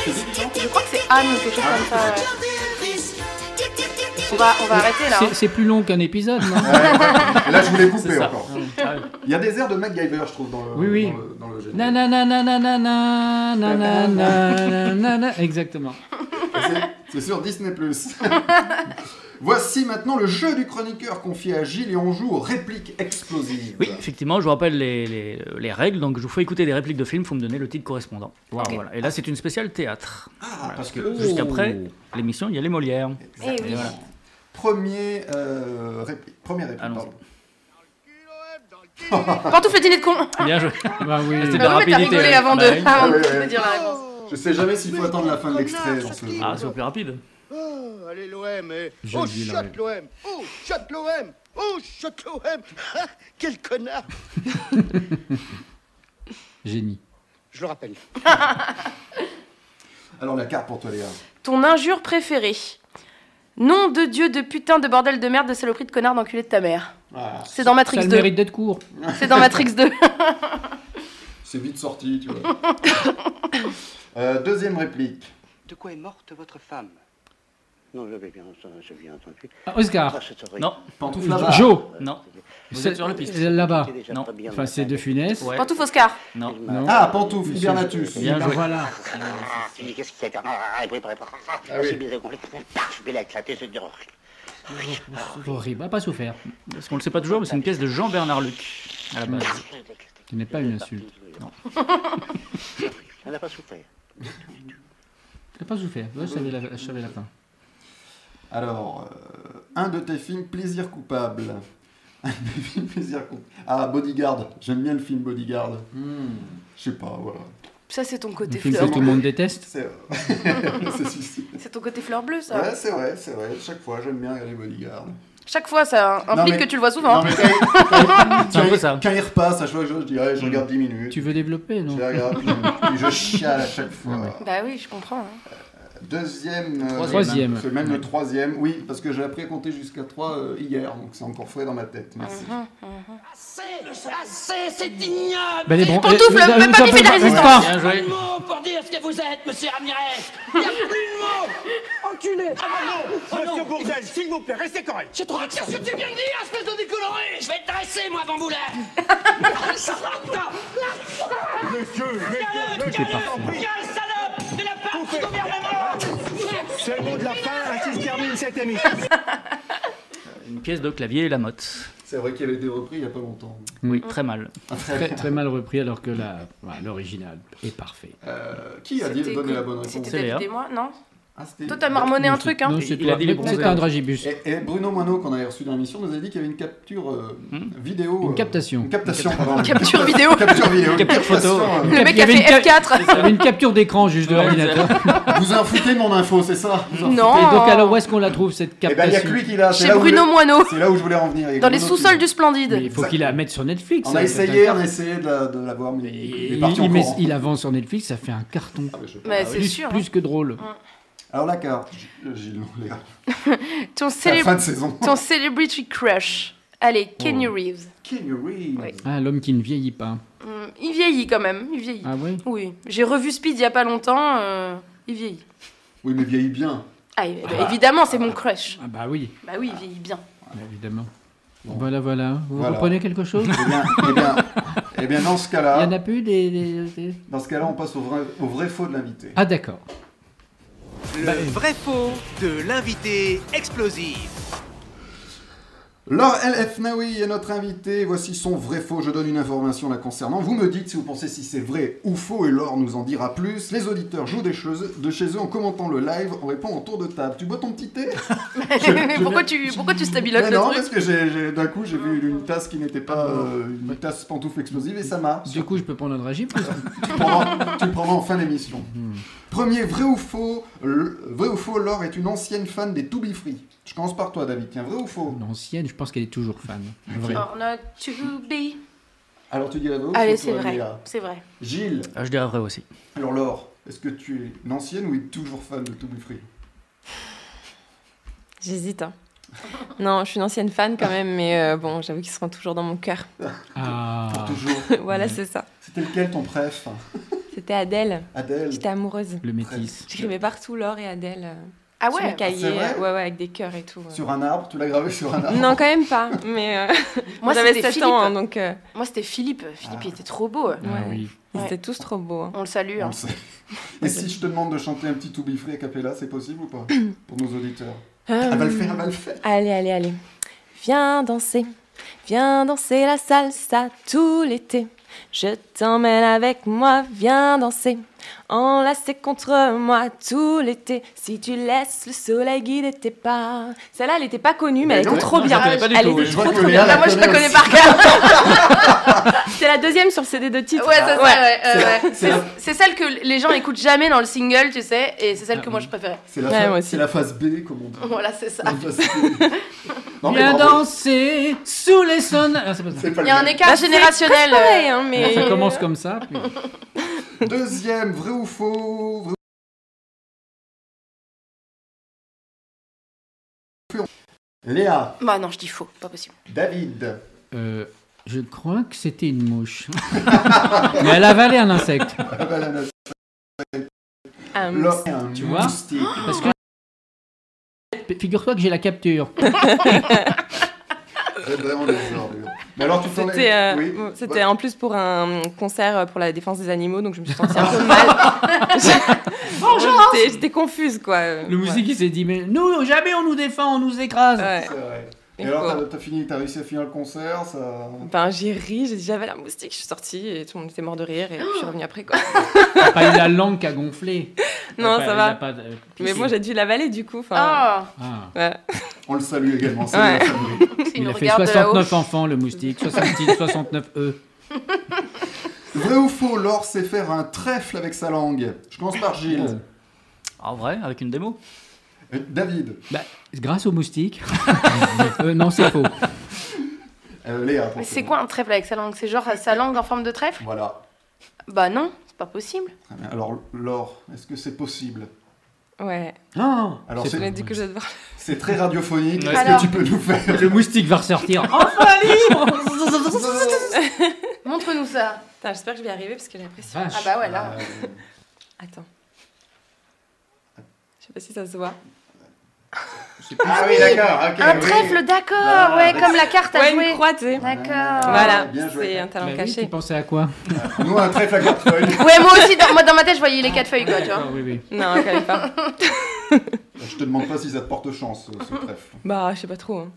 S9: du risque.
S2: Je crois que c'est Anne ou quelque chose comme ça. ouais.
S9: Ranger du risque. Tic tic tic tic.
S2: On va, on va arrêter là. hein.
S4: C'est- C'est plus long qu'un épisode, non
S3: Ouais, ouais. Et là, je voulais couper
S6: C'est ça.
S3: encore.
S6: Ah,
S3: Il y a des airs de MacGyver, je trouve, dans le,
S4: Oui, oui.
S3: Dans le, dans le générique.
S4: Nanana, nanana, nanana, nanana. Exactement.
S3: C'est- C'est sur Disney+. Voici maintenant le jeu du chroniqueur confié à Gilles et on joue aux répliques explosives.
S6: Oui, effectivement, je vous rappelle les, les- les règles. Donc, je vous fais écouter des répliques de films, il faut me donner le titre correspondant. Voilà. Et là, c'est une spéciale théâtre.
S3: Ah, parce que...
S6: Jusqu'après l'émission, il y a les Molières.
S2: Eh oui.
S6: voilà.
S3: Premier, euh, réplique. Première réplique,
S6: Allons-y.
S3: pardon.
S2: Pantoufle dîner de con.
S6: Bien joué.
S4: Bah oui.
S6: C'était
S2: Bah non, mais
S6: de la
S2: t'as
S6: rapidité.
S2: rigolé
S6: ouais.
S2: avant
S4: Ah
S2: de,
S6: Ouais.
S2: avant de
S3: Ouais, ouais.
S2: me dire la réponse.
S3: Je sais jamais s'il faut attendre la fin de l'extrait dans ce jeu.
S6: Ah, c'est au plus rapide.
S10: Oh, allez l'OM eh.
S4: Je
S10: Oh,
S4: le dis, là,
S10: shot l'OM Oh, shot l'OM Oh, shot l'OM Ah, Quel connard
S4: Génie.
S10: Je le rappelle.
S3: Alors la carte pour toi, Léa.
S2: Ton injure préférée. Nom de Dieu de putain de bordel de merde de saloperie de connard d'enculé de ta mère.
S3: Ah,
S2: C'est dans
S4: Ça a
S2: Matrix
S4: le
S2: 2.
S4: mérite d'être court.
S2: C'est dans Matrix 2.
S3: c'est vite sorti, tu vois. Euh, deuxième réplique.
S10: De quoi est morte votre femme Non, j'avais bien, j'avais bien entendu.
S4: Ah, Oscar.
S6: Non,
S3: Pantoufle
S4: Jo-
S3: là-bas.
S4: Joe.
S6: non. Vous
S4: C'est-
S6: êtes sur la piste.
S4: Là-bas.
S6: Non.
S4: Enfin, c'est de funeste.
S6: Ouais.
S2: Pantoufle Oscar.
S6: Non.
S4: Non.
S3: Ah, pantoufle, hibernatus.
S6: Bien
S4: Ah,
S6: joué.
S4: voilà.
S10: Qu'est-ce qu'il y a Ah, oui,
S3: Ah oui.
S10: Je vais l'éclater, c'est dur.
S4: Horrible. Ah, pas souffert.
S6: Parce qu'on le sait pas toujours, mais c'est une pièce de Jean-Bernard Luc. À la base.
S4: Ce n'est pas une insulte.
S10: Elle n'a pas souffert.
S4: T'as pas souffert. Ouais, je savais la, je savais la fin.
S3: Alors, euh, un de tes films, Plaisir coupable. Un de mes films, Plaisir coupable. Ah, Bodyguard. J'aime bien le film Bodyguard. Je sais pas, voilà.
S2: Ça, c'est ton côté
S4: Un film
S2: fleur.
S4: que tout le monde déteste.
S3: C'est c'est suicide.
S2: C'est ton côté fleur bleue, ça.
S3: Ouais, c'est vrai, c'est vrai. Chaque fois, j'aime bien regarder Bodyguard.
S2: Chaque fois, ça
S3: Non,
S2: implique
S3: mais-
S2: que tu le vois souvent.
S3: Non, mais quand il- quand il-
S6: C'est un peu ça.
S3: Quand il repasse, à chaque fois, je dis, ouais, je regarde 10 minutes.
S4: Tu veux développer,
S3: Je
S4: non
S3: les regarde, puis je chiale à chaque fois.
S2: Bah oui, je comprends. hein.
S3: Deuxième. euh,
S4: Troisième.
S3: C'est même le troisième, oui, parce que j'ai appris à compter jusqu'à 3 hier, donc c'est encore frais dans ma tête. Merci.
S2: Mm-hmm.
S9: Assez, assez, c'est ignoble.
S4: Ben, les bron-
S2: Pantoufle,
S4: les- les-
S2: même pas
S4: les-
S2: piffé de la
S4: les- les-
S2: résistance.
S6: Bien joué.
S9: mots pour dire ce que vous êtes, monsieur Ramirez. Il n'y a plus de mots. Enculé.
S10: Monsieur Bourdel, s'il vous plaît, restez correct.
S9: Je te retire ce que tu viens de dire, espèce de décoloré. Je vais te dresser, moi, avant boulet. Quelle
S10: Monsieur, monsieur,
S4: Tout est parfait.
S9: salope de la part du gouvernement.
S10: c'est le mot de la fin, ainsi se termine cette émission.
S6: Une pièce de clavier et la motte.
S3: C'est vrai qu'il avait été repris il n'y a pas longtemps.
S6: Oui. Très mal.
S4: Très, très mal repris alors que la- voilà, l'original est parfait.
S3: Euh, qui a dit
S2: C'était-
S3: donner la bonne réponse
S2: C'était
S6: C'est Léa.
S2: David et moi, non
S3: Ah, c'était-
S2: Toi, t'as marmonné un truc, hein
S4: Non, c'est
S6: Il a
S4: toi.
S6: dit les
S4: C'est
S6: bronzés.
S4: un dragibus.
S3: Et, et Bruno Moineau, qu'on avait reçu dans l'émission, nous a dit qu'il y avait une capture euh,
S6: Hmm.
S3: vidéo.
S4: Une
S3: euh,
S4: captation.
S3: Une captation, pardon.
S2: Capture vidéo.
S3: Capture vidéo. une
S6: Capture photo.
S3: captation,
S2: Le mec
S4: Il y
S2: a
S4: avait une
S2: fait
S4: ca-
S2: F4.
S4: Il y avait une capture d'écran juste de
S3: Ah,
S6: Ouais,
S4: l'ordinateur.
S3: euh, Vous en foutez de mon info, c'est ça Vous en
S2: Non.
S4: Et donc alors où est-ce qu'on la trouve cette
S3: foutez Oh. Eh ben, il n'y a
S4: captation
S3: que lui qui l'a. c'est
S2: Chez
S3: là où je
S2: Bruno
S3: voulais-
S2: Moineau.
S3: C'est là où je voulais en venir. il y a
S2: Dans les
S3: Bruno qui-
S2: sous-sols du Splendide.
S4: Mais il faut qu'il la mette sur Netflix.
S3: On
S4: ça,
S3: a
S4: c'est un
S3: essayé, on
S4: carton.
S3: a essayé de la, de la voir, mais il est
S4: Il,
S3: parti en
S4: il met-
S3: courant.
S4: il avance sur Netflix, ça fait un carton.
S3: Ah, mais je-
S2: Mais c'est
S4: Plus,
S2: sûr. hein.
S4: plus que drôle.
S3: Alors la carte, G- euh, Gilles, non, les gars.
S2: Ton,
S3: C'est la
S2: célé-
S3: fin Oh. de saison.
S2: ton celebrity crush. Allez, Kenny Reeves.
S3: Kenny Reeves.
S2: Oui.
S4: Ah, l'homme qui ne vieillit pas.
S2: Hum, il vieillit quand même, il vieillit.
S4: Ah oui
S2: Oui, j'ai revu Speed il y a pas longtemps, euh, il vieillit.
S3: Oui, mais vieillit bien.
S2: Ah, eh ben, évidemment, c'est mon crush.
S4: Ah bah oui,
S2: Bah oui, il vieillit bien.
S4: évidemment.
S3: Bon.
S4: Voilà, voilà. Vous
S3: Voilà.
S4: reprenez quelque chose
S3: Eh bien, eh bien, eh bien, dans ce
S4: Il n'y
S3: cas-là,
S4: en a plus des... des- des-
S3: dans ce cas-là, on passe au vrai, au vrai faux de l'invité.
S4: Ah d'accord.
S1: Le vrai faux de l'invité explosif.
S3: Laure LF Naoui est notre invité. Voici son vrai faux. Je donne une information la concernant. Vous me dites si vous pensez si c'est vrai ou faux et Laure nous en dira plus. Les auditeurs jouent des choses de chez eux en commentant le live. On répond en tour de table. Tu bois ton petit thé
S2: Mais pourquoi tu, pourquoi tu stabilotes
S3: Mais
S2: le
S3: non,
S2: truc
S3: parce que j'ai- j'ai- d'un coup j'ai vu une tasse qui n'était pas euh, une tasse pantoufle explosive et ça m'a.
S4: Du coup, je peux prendre un dragip
S3: Tu le prendras, tu le prendras en fin d'émission. Premier vrai ou faux, le- vrai ou faux, Laure est une ancienne fan des To Be Free. Je commence par toi, David. Tiens, vrai ou faux
S4: L'ancienne, je pense qu'elle est toujours fan. Vrai.
S2: Or not to be.
S3: Alors tu dirais vrai ou faux
S2: Allez, c'est
S3: toi,
S2: vrai,
S3: Léa
S2: c'est vrai.
S3: Gilles,
S6: Ah, je dirais vrai aussi.
S3: alors Laure, est-ce que tu es une ancienne ou toujours fan de To Be Free
S7: J'hésite. hein. Non, je suis une ancienne fan quand même, mais euh, bon, j'avoue qu'ils seront toujours dans mon cœur.
S3: Pour
S4: Ah,
S3: toujours.
S7: voilà,
S2: Mhm.
S7: c'est ça.
S3: C'était lequel ton préf
S7: C'était Adèle.
S3: Adèle
S7: J'étais amoureuse.
S4: le métis.
S7: J'écrivais partout Laure et Adèle. euh,
S2: Ah
S7: sur
S2: ouais
S7: mes cahiers,
S3: c'est vrai
S7: ouais, ouais, avec des cœurs et tout. ouais.
S3: Sur un arbre, tu l'as gravé sur un arbre
S7: Non, quand même pas. Mais euh,
S2: Moi,
S7: j'avais
S2: c'était
S7: 7
S2: Philippe.
S7: ans, hein, donc euh,
S2: Moi, c'était Philippe. Philippe, il était trop beau.
S4: Ah
S7: Ouais.
S4: oui.
S7: ils
S2: Ouais.
S7: étaient tous trop beaux. hein.
S2: On le salue.
S3: On
S2: hein.
S3: le sait. Et si je te demande de chanter un petit To Be Free a cappella, c'est possible ou pas Pour nos auditeurs.
S2: Euh,
S3: Elle va le faire, elle va le faire.
S7: Allez, allez, allez. Viens danser, viens danser la salsa tout l'été. Je t'emmène avec moi, viens danser. Enlacé contre moi tout l'été. Si tu laisses le soleil guider tes pas. Celle-là, elle n'était pas connue, mais,
S3: Mais
S7: elle
S3: non,
S7: était trop
S6: je
S7: bien.
S6: la connais pas du
S7: elle
S6: tout,
S7: était
S6: mais je
S7: trop,
S3: vois que
S7: trop
S3: Léa
S7: bien.
S3: la
S2: Ah, moi, je la
S3: connais
S2: connais par cœur.
S7: C'est la deuxième sur le CD de titre.
S2: Ah, Ouais, c'est ça,
S7: Ouais.
S2: ouais, euh, ouais.
S3: c'est la-
S2: C'est- C'est celle que les gens écoutent jamais dans le single, tu sais, et c'est celle que moi je préférais.
S3: C'est la,
S7: Ouais,
S3: phase-
S7: moi aussi.
S3: c'est la phase B, comme on dit.
S2: Voilà, c'est ça.
S3: La phase B. non, mais
S4: Viens
S3: bravo.
S4: danser sous les sonnes. Ah, c'est pas ça.
S3: C'est pas
S2: Il
S3: le
S2: y a un
S3: même.
S2: écart
S7: Bah, c'est
S2: générationnel. euh,
S7: Pareil, hein, mais...
S4: Ça commence comme ça. puis-
S3: Deuxième, vrai ou faux vrai ou faux. Léa,
S2: Bah non, je dis faux, pas possible.
S3: David,
S4: Euh, je crois que c'était une mouche. Mais elle a avalé un insecte.
S3: Balanos,
S7: Ah, mais
S3: Laure, un
S4: Tu vois
S3: moustique.
S4: Parce que. Figure-toi que j'ai la capture.
S3: Eh ben, on est genre, d'ailleurs. Mais alors, tu t'en es-
S7: C'était euh,
S3: oui. Bah.
S7: bon, c'était en plus pour un concert euh, pour la défense des animaux, donc je me suis sentie un peu mal. Bonjour J'étais confuse, quoi. euh,
S4: Le musique il s'est dit Mais nous, jamais on nous défend, on nous écrase.
S7: ouais. Ouais.
S3: C'est vrai. Et
S7: Et
S3: alors,
S7: quoi
S3: t'as- t'as fini, t'as réussi à finir le concert, ça.
S7: Ben, j'ai ri, j'ai dit j'avais la moustique, je suis sortie et tout le monde était mort de rire et puis je suis revenue après, quoi.
S4: T'as pas eu la langue qui a gonflé.
S7: Non,
S4: T'as pas-
S7: ça
S4: il
S7: va.
S4: a pas de-
S7: Mais bon, j'ai dû l'avaler, du coup. Enfin,
S2: Ah,
S4: Ah.
S7: ouais.
S3: On le salue également, c'est
S7: Ouais.
S3: la famille.
S2: Oh, s'il
S4: Il
S2: nous
S4: a fait
S2: regarde euh, de là-haut.
S4: 69 enfants, le moustique, 66, 69 E.
S3: Vrai ou faux, Laure sait faire un trèfle avec sa langue. Je commence par Gilles.
S6: Ah, vrai, avec une démo
S3: Euh, David,
S4: Bah, grâce au moustique. Euh, non, c'est faux.
S3: Euh, Léa. pour
S2: Mais c'est
S3: toi.
S2: quoi un trèfle avec sa langue C'est genre euh, sa langue en forme de trèfle
S3: Voilà.
S2: Bah non, c'est pas possible.
S3: Très bien. Alors, Laure, est-ce que c'est possible
S7: Ouais.
S4: Non
S3: Alors,
S7: Je
S3: c'est-
S7: me dis que je vais devoir.
S3: C'est très radiophonique.
S6: Ouais.
S3: Est-ce
S2: Alors-
S3: que tu peux nous faire
S4: Le moustique va ressortir. Enfin libre
S2: Montre-nous ça.
S7: Putain, J'espère que je vais y arriver parce que j'ai l'impression.
S2: Ah bah ouais, là.
S3: Euh,
S7: Attends. Je sais pas si ça se voit.
S3: Ah oui, d'accord. ok,
S2: Un
S3: oui.
S2: trèfle, d'accord,
S3: Voilà,
S2: ouais,
S3: bah,
S2: comme la carte à
S7: Ouais,
S2: jouer.
S7: une croix, tu sais.
S2: D'accord.
S7: Voilà,
S3: Ah, bien joué.
S7: c'est un talent
S4: Bah oui,
S7: caché.
S4: tu pensais à quoi
S3: Nous, un trèfle à quatre feuilles.
S2: Ouais, moi aussi, dans, moi, dans ma tête, je voyais les quatre feuilles, quoi, tu vois.
S4: oui, oui.
S7: Non, quand même pas.
S3: Bah, Je te demande pas si ça te porte chance, euh, ce trèfle.
S7: Bah, je sais pas trop. hein.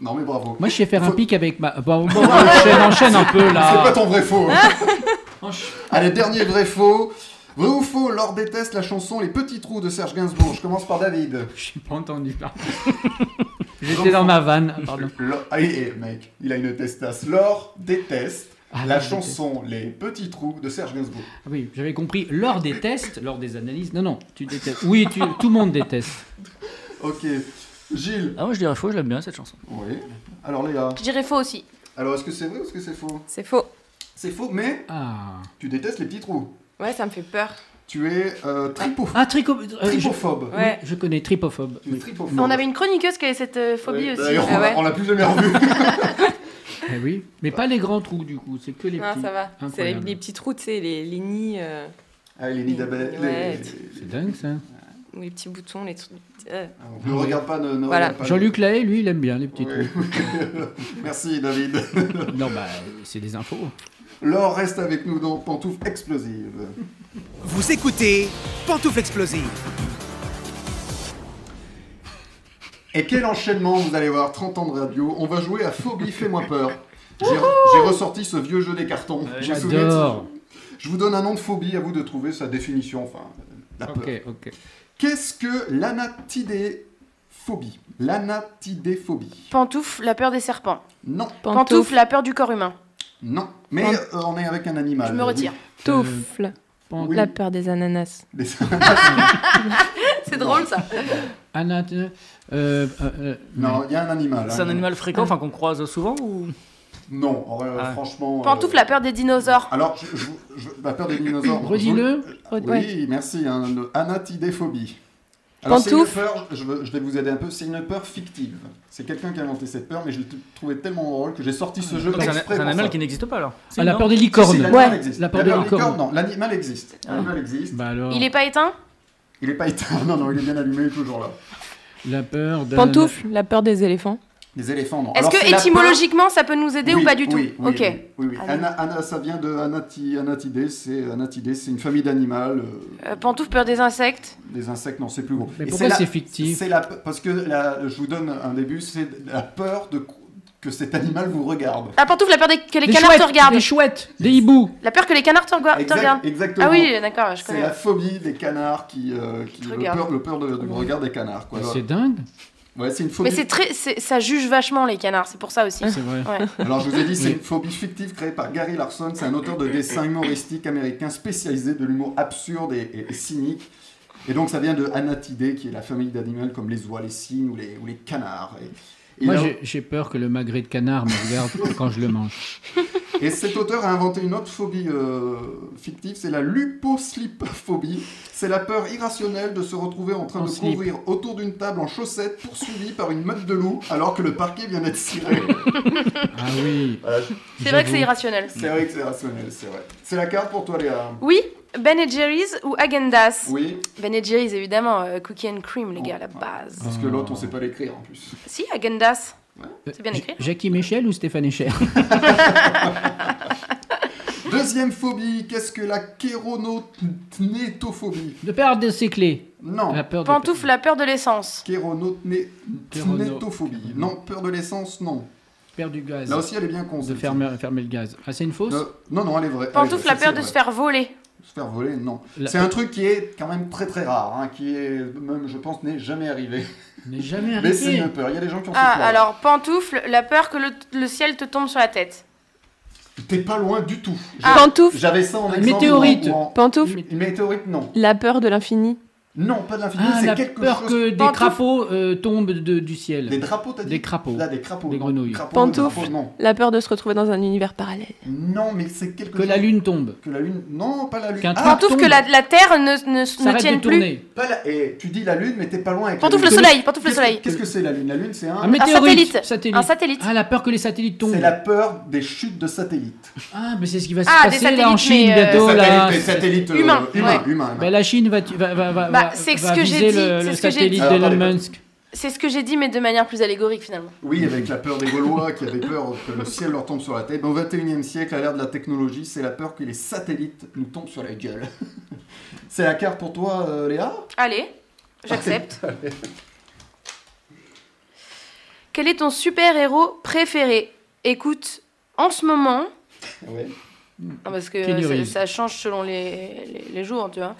S3: Non, mais bravo.
S4: Moi, je sais faire un
S3: Faut- Ah,
S4: pic avec ma. Bon, bon, bon, enchaîne, enchaîne un peu
S3: C'est pas
S4: là.
S3: ton vrai faux. hein.
S2: Ah.
S4: Enchaîne.
S3: Allez, dernier vrai faux. Vrai ou faux, Laure déteste la chanson Les Petits Trous de Serge Gainsbourg. Je commence par David.
S4: J'ai pas entendu. pardon. J'étais dans ma vanne. Ah, Pardon.
S3: Laure- Ah, eh, eh, mec, il a une testasse. Laure déteste
S4: Ah,
S3: la
S4: Laure
S3: chanson Les Petits Trous de Serge Gainsbourg.
S4: Ah oui, j'avais compris. Lors des tests, lors des analyses. Non, non, tu détestes. Oui, tu... tout le monde déteste.
S3: Ok. Gilles.
S6: Ah, moi je dirais faux, je l'aime bien cette chanson.
S3: Oui. Alors, Léa.
S2: Je dirais faux aussi.
S3: Alors, est-ce que c'est vrai ou est-ce que c'est faux
S7: C'est faux.
S3: C'est faux, mais
S4: Ah.
S3: tu détestes les petits trous.
S7: Ouais, ça me fait peur.
S3: Tu es euh, tripo-
S4: Ah, trico- euh, je-
S3: tripophobe.
S7: Ouais.
S4: Je connais tripophobe.
S3: Tu es tripophobe.
S2: On avait une chroniqueuse qui avait cette euh, phobie
S3: Ouais,
S2: aussi.
S3: D'ailleurs, on
S7: Ah ouais.
S3: l'a- on l'a plus jamais revu.
S4: Eh oui, mais pas les grands trous du coup, c'est que les
S2: Ah,
S7: Non,
S4: petits.
S7: Ah, ça va. C'est les,
S4: Incroyable.
S7: les petits trous, tu sais, les, les nids euh,
S3: ah, les nids d'abeilles. les-
S7: Ouais.
S4: C'est dingue ça.
S7: ou les petits boutons, les trucs. euh,
S3: Ah, on ne regarde pas. Ne, ne
S7: Voilà.
S3: regarde pas.
S4: Jean-Luc Lahaye, lui, il aime bien les petits
S3: Oui. Merci David.
S4: trous. Non, bah, c'est des infos.
S3: Laure reste avec nous dans Pantoufles Explosives.
S1: Vous écoutez Pantoufle Explosive.
S3: Et quel enchaînement, vous allez voir, 30 ans de radio. On va jouer à Phobie, fais-moi peur. J'ai j'ai ressorti ce vieux jeu des cartons. Je me souviens de ce
S4: J'adore.
S3: jeu. Je vous donne un nom de phobie, à vous de trouver sa définition, enfin, euh, la peur.
S4: Ok, ok.
S3: Qu'est-ce que l'anatidéphobie L'anatidéphobie.
S2: Pantoufle, la peur des serpents.
S3: Non,
S2: Pantoufle, la peur du corps humain.
S3: non. Mais
S7: Pan-
S3: euh, on est avec un animal.
S2: Je me retire.
S7: Pantoufle.
S4: Pan-
S3: Oui.
S7: La peur des ananas.
S3: Oui. Des-
S2: C'est drôle ça.
S3: Oh.
S4: Anna, euh, euh, euh,
S3: non, il y a un animal.
S6: C'est
S3: hein.
S6: un animal fréquent, enfin qu'on croise souvent ou
S3: Non, en vrai,
S6: Ah.
S3: franchement... euh,
S2: Pantoufle, la peur des dinosaures.
S3: Alors, je, je- je- la peur des dinosaures...
S4: Redis-le.
S3: Oui,
S2: Euh,
S3: merci. Hein, le- anatidéphobie. Alors, c'est une
S7: Pantoufle.
S3: peur, je, veux- je vais vous aider un peu, c'est une peur fictive. C'est quelqu'un qui a inventé cette peur, mais je l'ai t- trouvé tellement drôle que j'ai sorti ce jeu
S6: Donc, Ah, C'est un,
S3: exprès
S6: c'est un
S3: pour
S6: animal
S3: ça.
S6: qui n'existe pas alors.
S4: Ah, la
S6: Non
S4: peur des
S3: Si, si,
S4: licornes.
S3: l'animal
S7: Ouais.
S3: existe.
S4: La peur des licornes.
S3: non, l'animal existe.
S2: Ah.
S3: L'animal existe.
S4: Bah alors,
S2: Il est pas éteint
S3: Il est pas éteint, non, non, il est bien allumé, il est toujours là.
S4: la peur d'un...
S7: Pantoufle, la peur des éléphants.
S3: Les éléphants, non.
S2: Est-ce
S3: Alors, c'est
S2: que
S3: la
S2: étymologiquement ça peut nous
S3: peur-
S2: aider
S3: Oui,
S2: ou pas du tout
S3: oui, oui,
S2: Ok.
S3: Oui, oui, oui.
S2: Ah,
S3: Ana- Ana- ça vient de anati, anatidé, c'est anatidé, c'est une famille d'animal. euh,
S2: Euh, pantoufle, peur des insectes.
S3: Des insectes, non, c'est plus gros.
S4: Mais
S3: Et
S4: pourquoi
S3: la-
S4: c'est fictif
S3: C'est la pe- parce que la- je vous donne un début, c'est la peur de cou- que cet animal vous regarde.
S2: Ah, pantoufle, la peur des- que les
S4: Des
S2: canards
S4: chouettes,
S2: te regardent.
S4: Des chouettes, des hiboux.
S2: La peur que les canards te, rega- te
S3: Exact-
S2: regardent.
S3: exactement.
S2: Ah oui, d'accord, je
S3: c'est
S2: connais.
S3: la phobie des canards qui, euh, qui-
S2: Te
S3: le
S2: regarde.
S3: peur, le peur de- du regard des canards. Quoi.
S4: Mais Bah, C'est dingue.
S3: Ouais, c'est une phobie.
S2: Mais c'est très, c'est- ça juge vachement les canards, c'est pour ça aussi.
S4: C'est vrai.
S2: Ah. Ouais.
S3: Alors je vous ai dit, c'est une phobie fictive créée par Gary Larson. C'est un auteur de dessins humoristiques américain spécialisé de l'humour absurde et, et- et cynique. Et donc ça vient de Anatidé, qui est la famille d'animaux comme les oies, les cygnes ou les, ou les canards. Et, et
S4: Moi,
S3: là-
S4: j'ai- j'ai peur que le magret de canard me regarde quand je le mange.
S3: Et cet auteur a inventé une autre phobie euh, fictive, c'est la luposlipophobie. C'est la peur irrationnelle de se retrouver en train
S4: En
S3: de
S4: slip.
S3: courir autour d'une table en chaussettes, poursuivi par une meute de loups, alors que le parquet vient d'être ciré.
S4: Ah oui.
S3: Voilà,
S2: C'est vrai que c'est
S4: J'avoue.
S2: irrationnel.
S3: c'est vrai que c'est irrationnel, c'est vrai. C'est la carte pour toi, Léa.
S2: Oui, Ben Jerry's ou Agendas.
S3: Oui,
S2: Ben Jerry's, évidemment, euh, cookie and cream, les gars, à la
S3: Ouais.
S2: base.
S3: parce
S4: Ah.
S3: que l'autre, on sait pas l'écrire en plus.
S2: Si, Agendas. C'est bien
S4: J-
S2: écrit. hein
S4: Jackie Michel ou Stéphane Echer
S3: Deuxième phobie, qu'est-ce que la kéronotnétophobie
S4: De peur de ses clés.
S3: Non,
S4: La peur de...
S2: Pantoufle, la peur de l'essence.
S3: kéronotnétophobie. Non, peur de l'essence, non.
S4: peur du gaz.
S3: Là aussi, elle est bien con.
S4: de
S3: celle-ci.
S4: fermer, fermer le gaz. Ah, c'est une fausse
S3: Euh, Non, non, elle est vraie.
S2: Pantoufle,
S3: Elle est vraie,
S2: la peur
S3: c'est
S2: de se
S3: vrai.
S2: faire voler.
S3: Se faire voler, non.
S4: La-
S3: C'est un truc qui est quand même très très rare, hein, qui est même, je pense, n'est jamais arrivé.
S4: Mais jamais
S3: Mais c'est
S4: arrivé.
S3: une peur. Il y a des gens qui ont
S2: Ah,
S3: ce peur.
S2: alors, pantoufle, la peur que le, le ciel te tombe sur la tête.
S3: T'es pas loin du tout.
S2: Ah,
S7: Ah. Pantoufle,
S3: J'avais ça en
S4: Une
S3: exemple.
S4: météorite.
S3: ou en- ou en-
S7: pantoufle,
S3: Une météorite, non.
S7: la peur de l'infini.
S3: Non, pas de l'infini,
S4: Ah,
S3: c'est
S4: la
S3: quelque
S4: peur
S3: chose.
S4: que des
S2: Pantoufle.
S4: crapauds euh, tombent de- du
S3: Des
S4: ciel.
S3: drapeaux, t'as dit
S4: Des crapauds.
S3: Là, des crapauds.
S4: Des
S3: non.
S4: grenouilles.
S3: Crapauds,
S7: Pantoufles.
S3: drapeaux, Non.
S7: La peur de se retrouver dans un univers parallèle.
S3: non, mais c'est quelque
S4: Que
S3: chose.
S4: la lune tombe.
S3: Que la lune. Non, pas la lune.
S4: Qu'un
S3: Ah,
S4: truc-
S2: Pantoufle,
S4: tombe.
S2: que la, la terre ne, ne- ne,
S4: S'arrête
S2: tienne
S4: de
S2: plus.
S4: tourner.
S3: pas la- eh, tu dis la lune, mais t'es pas loin avec la
S2: Pantoufle, le
S3: lune.
S2: soleil. Pantoufle, le
S3: Qu'est-ce que-
S2: soleil.
S3: Qu'est-ce que c'est la lune La lune, c'est
S4: Un
S3: un.
S4: météorite.
S2: satellite. Un satellite.
S4: Ah, la peur que les satellites tombent.
S3: C'est la peur des chutes de satellites.
S4: Ah, mais c'est ce qui va se
S2: Ah, des
S4: passer là en
S2: satellites,
S4: Chine
S2: mais, euh,
S4: bientôt. Là.
S3: Satellite, satellite, euh,
S2: Humain,
S3: humain,
S2: ouais.
S3: humain,
S4: Bah, la Chine va, va, va, va,
S2: Bah,
S4: va-
S2: c'est ce
S4: va
S2: que j'ai
S4: viser
S2: dit,
S4: le,
S2: c'est ce
S4: le
S2: que j'ai
S4: satellite
S3: dit.
S4: d'Elon
S3: Alors, attendez,
S4: Musk.
S2: C'est ce que j'ai dit, mais de manière plus allégorique finalement.
S3: Oui, avec la peur des Gaulois qui avaient peur que le ciel leur tombe sur la tête. Au 21e siècle, à l'ère de la technologie, c'est la peur que les satellites nous tombent sur la gueule. c'est la carte pour toi, euh, Léa
S2: Allez, j'accepte. Quel est ton super-héros préféré Écoute, en ce moment,
S3: Ouais.
S2: non, parce que
S4: Keanu
S2: ça-
S4: Reeves.
S2: ça, change selon les, les, les jours, tu vois.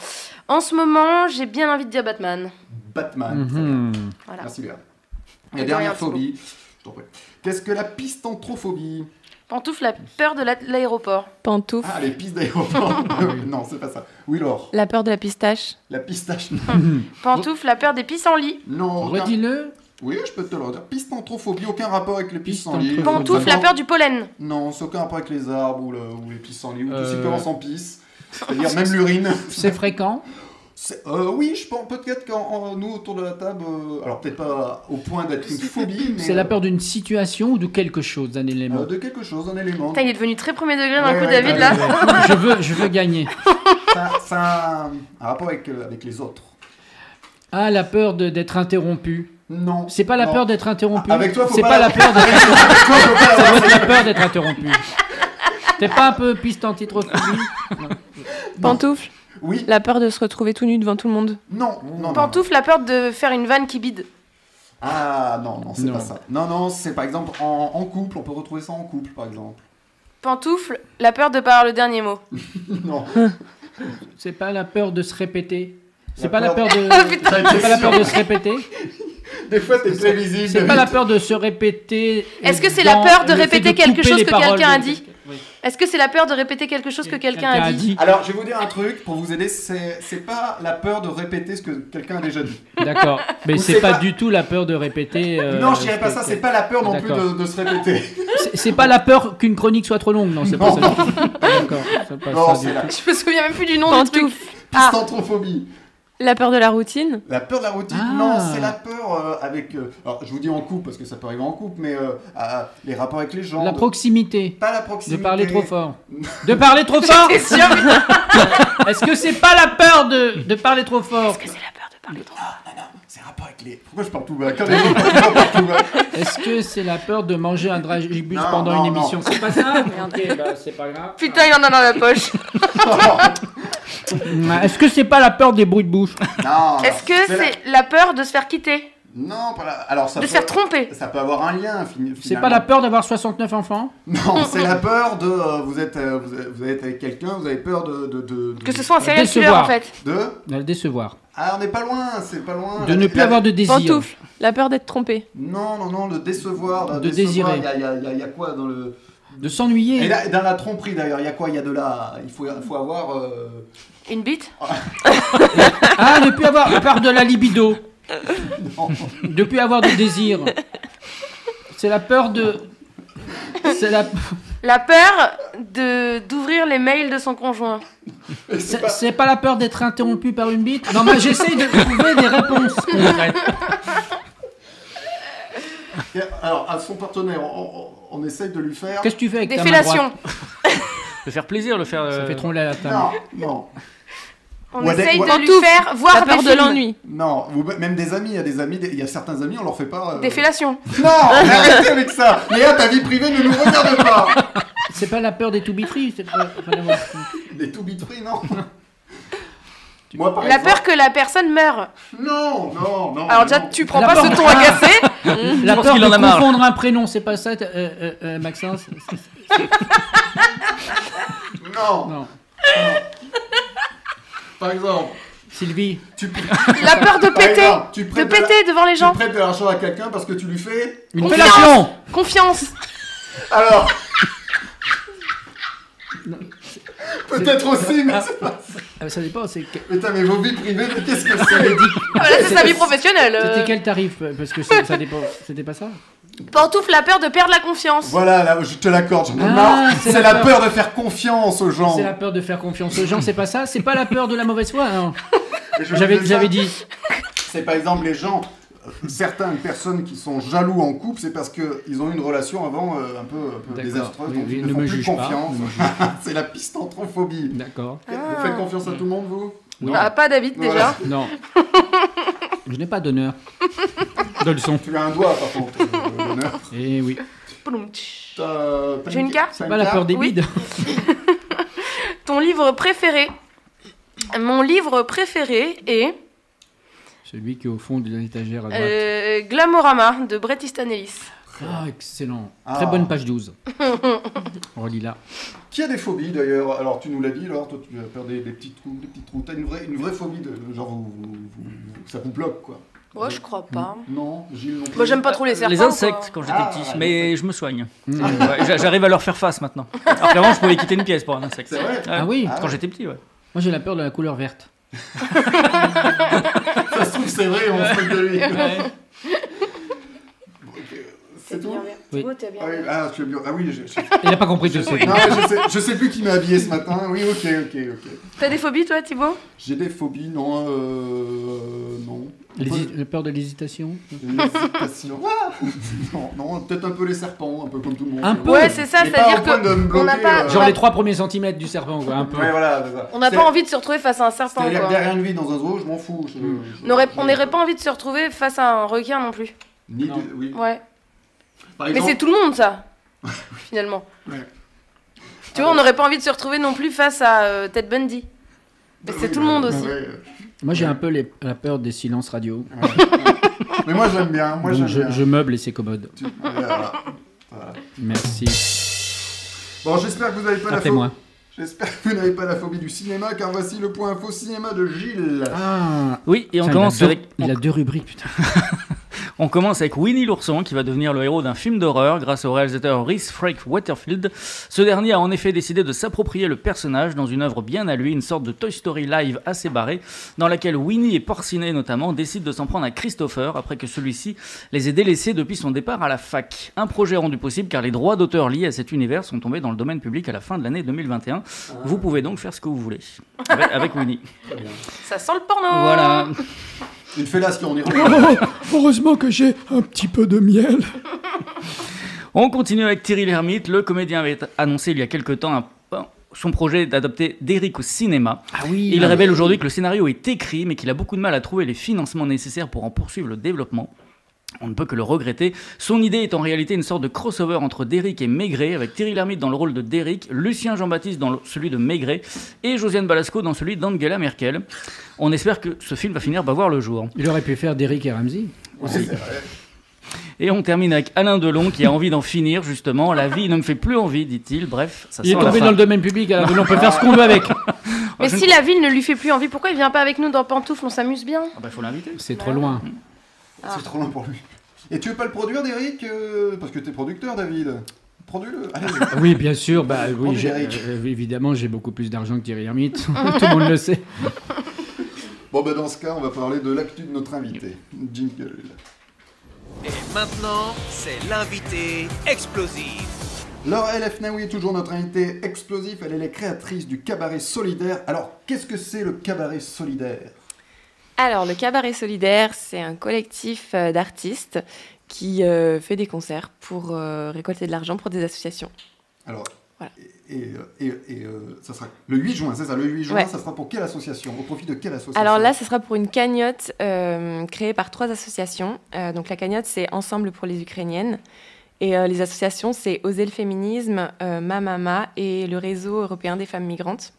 S2: En ce moment, j'ai bien envie de dire Batman.
S3: Batman.
S4: Mhm.
S2: Voilà.
S3: Merci, Léa.
S2: Ah. Et
S3: La dernière
S2: derrière,
S3: phobie. Je t'en prie. Qu'est-ce que la pistantrophobie
S2: Pantoufle, la peur de la- l'aéroport.
S7: Pantoufle,
S3: Ah, les pistes d'aéroport. non, c'est pas ça. Oui, Laure.
S7: la peur de la pistache.
S3: La pistache. non.
S2: Pantoufle, la peur des pissenlits.
S3: Non, aucun-
S4: Redis-le.
S3: Oui, je peux te le redire. Pistantrophobie, aucun rapport avec les pissenlits.
S4: Pistantrophobie.
S2: Pantoufle, la peur du pollen.
S3: Non, c'est aucun rapport avec les arbres ou, le- ou les pissenlits ou tout ce qui
S4: Euh.
S3: commence en pisse. C'est-à-dire même l'urine.
S4: C'est fréquent.
S3: C'est- euh, oui, je pense peut-être qu'en en- nous autour de la table, euh, alors peut-être pas au point d'être une phobie, mais
S4: C'est la
S3: euh,
S4: peur d'une situation ou de quelque chose, d'un élément.
S3: euh, de quelque chose, un élément.
S2: Putain, il est devenu très premier degré d'un
S3: Ouais,
S2: coup,
S3: ouais,
S2: David,
S3: ouais,
S2: là.
S3: ouais.
S4: je, veux, je veux gagner.
S3: Ça, ça a un- un rapport avec, euh, avec les autres.
S4: Ah, la peur de- d'être interrompu.
S3: Non.
S4: C'est pas la
S3: Non.
S4: peur d'être interrompu.
S3: Ah, avec toi, faut
S4: C'est
S3: pas
S4: pas
S3: la-
S4: la peur d'être
S3: Toi, je veux pas avoir-
S4: C'est la peur d'être interrompu. T'es pas un peu piste antitrophobie
S7: Pantoufle,
S3: Oui,
S7: la peur de se retrouver tout nu devant tout le monde.
S3: non, non, non.
S2: Pantoufle, la peur de faire une vanne qui bide.
S3: Ah non, non, c'est
S4: Non.
S3: pas ça. Non, non, c'est par exemple en, en couple, on peut retrouver ça en couple, par exemple.
S2: Pantoufle, la peur de pas avoir le dernier mot.
S3: Non.
S4: C'est pas la peur de se répéter C'est
S3: La
S4: pas la peur
S3: peur-
S4: de.
S2: Oh,
S3: Ça a été
S4: C'est pas la
S3: sûr.
S4: peur de se répéter
S3: Des fois, t'es prévisible.
S4: C'est pas la peur de se répéter. euh,
S2: Est-ce que c'est la
S4: dans
S2: peur de
S4: le fait
S2: répéter quelque
S4: couper
S2: chose
S4: les
S2: que
S4: paroles
S2: quelqu'un a
S4: de-
S2: dit
S4: Oui.
S2: Est-ce que c'est la peur de répéter quelque chose que quelqu'un a dit
S3: Alors, je vais vous dire un truc pour vous aider. C'est c'est pas la peur de répéter ce que quelqu'un a déjà dit.
S4: D'accord. Mais
S3: Ou
S4: c'est
S3: c'est
S4: pas
S3: pas-
S4: du tout la peur de répéter. euh,
S3: non, je dirais pas
S4: ce
S3: ça.
S4: que-
S3: C'est pas la peur non plus
S4: D'accord.
S3: de, de se répéter.
S4: C'est- C'est pas la peur qu'une chronique soit trop longue, non, c'est pas ça.
S3: Non.
S4: D'accord, c'est pas
S3: non,
S4: ça.
S3: c'est
S4: du
S3: la
S4: tout.
S2: Je me souviens même plus du nom du truc.
S7: Pantoufle,
S2: Ah.
S3: pistantrophobie.
S7: la peur de la routine.
S3: La peur de la routine.
S4: Ah.
S3: Non, c'est la peur euh, avec. euh, alors, je vous dis en couple parce que ça peut arriver en couple, mais euh, à- les rapports avec les gens.
S4: La
S3: de-
S4: proximité.
S3: Pas la
S4: De
S3: proximité.
S4: parler trop fort. De parler trop fort
S2: J'étais sûre, mais
S4: Est-ce que c'est pas la peur de, de parler trop fort
S2: c'est la peur de parler trop.
S3: C'est rapport avec les. Pourquoi je parle tout bas Comme les autres, je parle tout bas.
S4: Est-ce que c'est la peur de manger un dragibus
S3: Non,
S4: pendant
S3: non,
S4: une
S3: non.
S4: émission C'est pas ça Ok, bah c'est pas grave.
S2: Putain, il en a dans la poche.
S4: Est-ce que c'est pas la peur des bruits de bouche
S3: Non, non,
S2: Est-ce que
S3: la-
S2: c'est la peur de se faire quitter
S3: Non, pas la... alors ça
S2: De
S3: peut...
S2: se faire tromper
S3: Ça peut avoir un lien. fini-
S4: C'est
S3: finalement.
S4: pas la peur d'avoir 69 enfants
S3: Non, c'est la peur de. euh, vous, êtes, euh, vous êtes- vous êtes avec quelqu'un, vous avez peur de. de, de, de-
S2: Que ce soit un serial killer
S4: Décevoir.
S2: en fait.
S3: de-
S4: De le décevoir.
S3: Ah, on n'est pas loin, c'est pas loin.
S4: De
S3: La-
S4: ne plus
S3: la-
S4: avoir de désir.
S7: Pantoufle, la peur d'être trompé.
S3: Non, non, non, de décevoir.
S4: De
S3: décevoir,
S4: désirer.
S3: Il y a, il y a- il y a- il y a quoi dans le.
S4: De
S3: Et
S4: s'ennuyer.
S3: là, dans la tromperie d'ailleurs, il y a quoi Il y a de la. Il faut, il faut avoir. euh,
S2: Une bite
S4: Ah, ne plus avoir la peur de la libido.
S3: Non.
S4: De plus avoir de désir. C'est la peur de. C'est la.
S2: La peur de d'ouvrir les mails de son conjoint.
S4: C'est c'est pas la peur d'être interrompu par une bite Non, mais j'essaye de trouver des réponses concrètes.
S3: et Alors, à son partenaire, on, on- on essaye de lui faire.
S4: Qu'est-ce que tu fais avec
S2: Des
S4: ta main droite
S2: fellations.
S6: Le faire plaisir, le faire.
S4: Ça
S6: euh,
S4: fait trembler la table.
S3: Non, non,
S2: On
S3: Ouais,
S2: essaye
S3: ouais.
S2: de lui
S7: Pantoufle,
S2: faire
S7: La
S2: voir
S7: peur
S2: des
S7: de
S2: films.
S7: l'ennui.
S3: non. Ou même des amis, il y a des amis, des- il y a certains amis, on leur fait pas. euh,
S2: Des fellations.
S3: Non, arrêtez avec ça Léa, ta vie privée ne nous regarde pas
S4: C'est pas la peur des toubitries. c'est pas- vraiment.
S3: Des tout bit free, non Moi, par
S2: La
S3: exemple-
S2: peur que la personne meure.
S3: Non, non, non
S2: Alors déjà,
S3: non.
S2: tu prends
S4: La
S2: pas
S4: peur-
S2: ce ton agacé.
S4: La
S6: pense
S4: peur
S6: qu'il
S4: de
S6: en a marre.
S4: confondre un prénom, c'est pas ça, t'as- euh, euh, euh, Maxence C'est- c'est-
S3: Non,
S4: Non.
S3: par exemple,
S4: Sylvie,
S3: tu, par
S2: La peur de péter.
S3: exemple, tu
S2: De
S3: prêtes la-
S2: péter devant les gens.
S3: Tu prêtes de l'argent à quelqu'un parce que tu lui fais...
S4: une
S2: Confiance.
S4: fellation
S2: Confiance.
S3: Alors... Peut-être aussi, mais c'est pas...
S4: Ah, Ça dépend, c'est que-
S3: Putain, mais vos vies privées, mais qu'est-ce que c'est
S2: Ah, Voilà, c'est sa vie professionnelle.
S4: c'était
S2: euh.
S4: quel tarif Parce que c'est- ça dépend. C'était pas ça
S2: Pantoufle, la peur de perdre la confiance.
S3: Voilà, là, je te l'accorde, j'en ai
S4: Ah,
S3: marre.
S4: c'est
S3: C'est
S4: la
S3: la peur de faire confiance aux gens.
S4: C'est la peur de faire confiance aux gens, c'est pas ça C'est pas la peur de la mauvaise foi non.
S3: Et je
S4: J'avais
S3: vous dis ça,
S4: j'avais dit.
S3: C'est par exemple les gens, euh, certaines personnes qui sont jaloux en couple, c'est parce qu'ils ont eu une relation avant euh, un peu, un peu
S4: D'accord.
S3: désastreuse,
S4: Oui,
S3: donc
S4: oui,
S3: ils
S4: ne
S3: ne
S4: me
S3: font plus
S4: juge pas,
S3: confiance.
S4: ne me
S3: c'est la pistantrophobie.
S4: D'accord.
S3: Vous faites confiance à tout le monde, vous
S4: Oui.
S2: Ah, pas David Ah. déjà.
S3: Voilà.
S4: Non. Je n'ai pas d'honneur. De leçon.
S3: Tu as un doigt, par contre. euh, l'honneur.
S4: Eh oui.
S2: Ploum, tch.
S3: T'as, euh,
S2: J'ai une carte
S3: t'as
S4: Pas la peur des
S2: Oui.
S4: bides.
S2: Ton livre préféré Mon livre préféré est
S4: Celui qui est au fond de l'étagère à droite.
S2: euh, Glamorama de Bret Easton Ellis.
S4: Ah, excellent.
S3: Ah.
S4: Très bonne page Oh, 12. On relit là.
S3: Qui a des phobies d'ailleurs Alors tu nous l'as dit, alors toi tu as peur des, des petits trous, des petits trous. T'as une vraie, une vraie phobie de genre vous- vous- vous- ça vous bloque quoi.
S2: Moi, je crois pas.
S3: Non, Gilles non plus.
S2: Moi, j'aime pas trop les serpents.
S6: Les
S2: quoi.
S6: insectes quand j'étais
S3: Ah,
S6: petit,
S3: les
S6: mais je me soigne. Ouais, j'a- J'arrive à leur faire face maintenant. Alors qu'avant, je pouvais quitter une pièce pour un insecte.
S3: C'est vrai
S4: Ah oui
S6: Quand j'étais petit, ouais.
S4: Moi j'ai la peur de la couleur verte.
S3: Ça se trouve c'est vrai, on se moque de lui.
S4: Ouais.
S3: C'est- C'est tout
S2: bien vert.
S4: Oui.
S2: Thibaut, t'as bien
S3: Ah oui,
S2: vert.
S3: ah, tu as bien- ah oui, je- je-
S4: Il n'a pas compris tout ça.
S3: non, mais je, sais, je sais plus qui m'a habillé ce matin. Oui, ok, ok, ok.
S2: T'as des phobies, toi, Thibaut
S3: J'ai des phobies, non, euh, non.
S4: L'hési- La peur de l'hésitation
S3: L'hésitation. Ah non, non, peut-être un peu les serpents, un peu comme tout le monde.
S4: Un peu.
S2: Ouais, c'est ça,
S3: Mais pas au
S2: c'est-à-dire
S3: point de me
S2: que. On n'a
S3: bloquer,
S2: pas.
S3: euh,
S4: Genre les trois premiers centimètres du serpent, quoi, un peu.
S3: Ouais, voilà, c'est ça.
S2: On n'a
S3: C'est-
S2: pas envie de se retrouver face à un serpent,
S3: C'est-à-dire que
S2: quoi.
S3: derrière une vie dans un zoo, je m'en fous. je- je-
S2: On aurait- On n'aurait pas envie de se retrouver face à un requin non plus.
S3: Ni
S4: Non.
S3: de- oui.
S2: Ouais.
S3: Par
S2: Mais
S3: exemple,
S2: c'est tout le monde, ça, finalement.
S3: Ouais.
S2: Tu vois, on n'aurait pas envie de se retrouver non plus face à euh, Ted Bundy. Mais
S3: Oui,
S2: c'est tout le monde
S3: ouais,
S2: aussi.
S3: ouais.
S4: Moi, j'ai un peu les- la peur des silences radio.
S3: Mais moi, j'aime bien. Moi,
S4: Donc,
S3: j'aime
S4: je,
S3: bien.
S4: je meuble et c'est commode.
S3: Tu- voilà.
S4: Merci.
S3: Bon, j'espère que vous n'avez pas la phobie.
S4: Appelez-moi.
S3: J'espère que vous n'avez pas la phobie du cinéma, car voici le point info cinéma de Gilles.
S4: Ah
S6: Oui, et on
S4: Putain,
S6: commence
S4: il a deux-
S6: avec.
S4: Il a deux rubriques, putain.
S6: On commence avec Winnie l'ourson qui va devenir le héros d'un film d'horreur grâce au réalisateur Rhys Frank Waterfield. Ce dernier a en effet décidé de s'approprier le personnage dans une œuvre bien à lui, une sorte de Toy Story live assez barré, dans laquelle Winnie et Porcinet notamment décident de s'en prendre à Christopher après que celui-ci les ait délaissés depuis son départ à la fac. Un projet rendu possible car les droits d'auteur liés à cet univers sont tombés dans le domaine public à la fin de l'année 2021. Vous pouvez donc faire ce que vous voulez avec, avec Winnie.
S2: Ça sent le porno
S6: Voilà.
S3: Il fait là ce qu'on est.
S8: Heureusement que j'ai un petit peu de miel.
S6: On continue avec Thierry Lhermitte. Le comédien avait annoncé il y a quelque temps un- son projet d'adapter d'Eric au cinéma.
S4: Ah oui
S6: Il révèle aujourd'hui que le scénario est écrit, mais qu'il a beaucoup de mal à trouver les financements nécessaires pour en poursuivre le développement. On ne peut que le regretter. Son idée est en réalité une sorte de crossover entre Derrick et Maigret, avec Thierry Lhermitte dans le rôle de Derrick, Lucien Jean-Baptiste dans le- celui de Maigret et Josiane Balasco dans celui d'Angela Merkel. On espère que ce film va finir par voir le jour.
S4: Il aurait pu faire d'Eric et Ramsey.
S6: Et on termine avec Alain Delon qui a envie d'en finir justement. La vie ne me fait plus envie, dit-il. Bref, ça
S4: Il est
S6: sent la
S4: tombé
S6: fin.
S4: dans le domaine public, alors on peut faire ce qu'on veut avec.
S2: Mais
S6: Je ne-
S2: si la ville ne lui fait plus envie, pourquoi il vient pas avec nous dans Pantoufle On s'amuse bien.
S6: Ah bah faut l'inviter.
S4: C'est trop loin.
S3: C'est trop long pour lui. Et tu veux pas le produire, Derek euh, Parce que t'es producteur, David. Produis-le. Allez,
S4: Oui, bien sûr. Bah, oui, j'ai-
S3: Eric.
S4: euh, évidemment, j'ai beaucoup plus d'argent que Thierry Hermite. Tout le monde le sait.
S3: Bon, bah, dans ce cas, on va parler de l'actu de notre invité. Jingle.
S1: Et maintenant, c'est l'invité explosif.
S3: Laure LF Naoui est toujours notre invitée explosif. Elle est la créatrice du cabaret solidaire. Alors, qu'est-ce que c'est le cabaret solidaire
S7: Alors, le Cabaret Solidaire, c'est un collectif euh, d'artistes qui euh, fait des concerts pour euh, récolter de l'argent pour des associations.
S3: Alors.
S7: Voilà.
S3: Et, et- et, euh, ça sera le 8 juin, c'est ça Le 8 juin,
S7: Ouais.
S3: ça sera pour quelle association Au profit de quelle association
S7: Alors là, ce sera pour une cagnotte euh, créée par trois associations. Euh, donc, la cagnotte, c'est Ensemble pour les Ukrainiennes. Et euh, les associations, c'est Oser le féminisme, euh, Ma Mama et le réseau européen des femmes migrantes.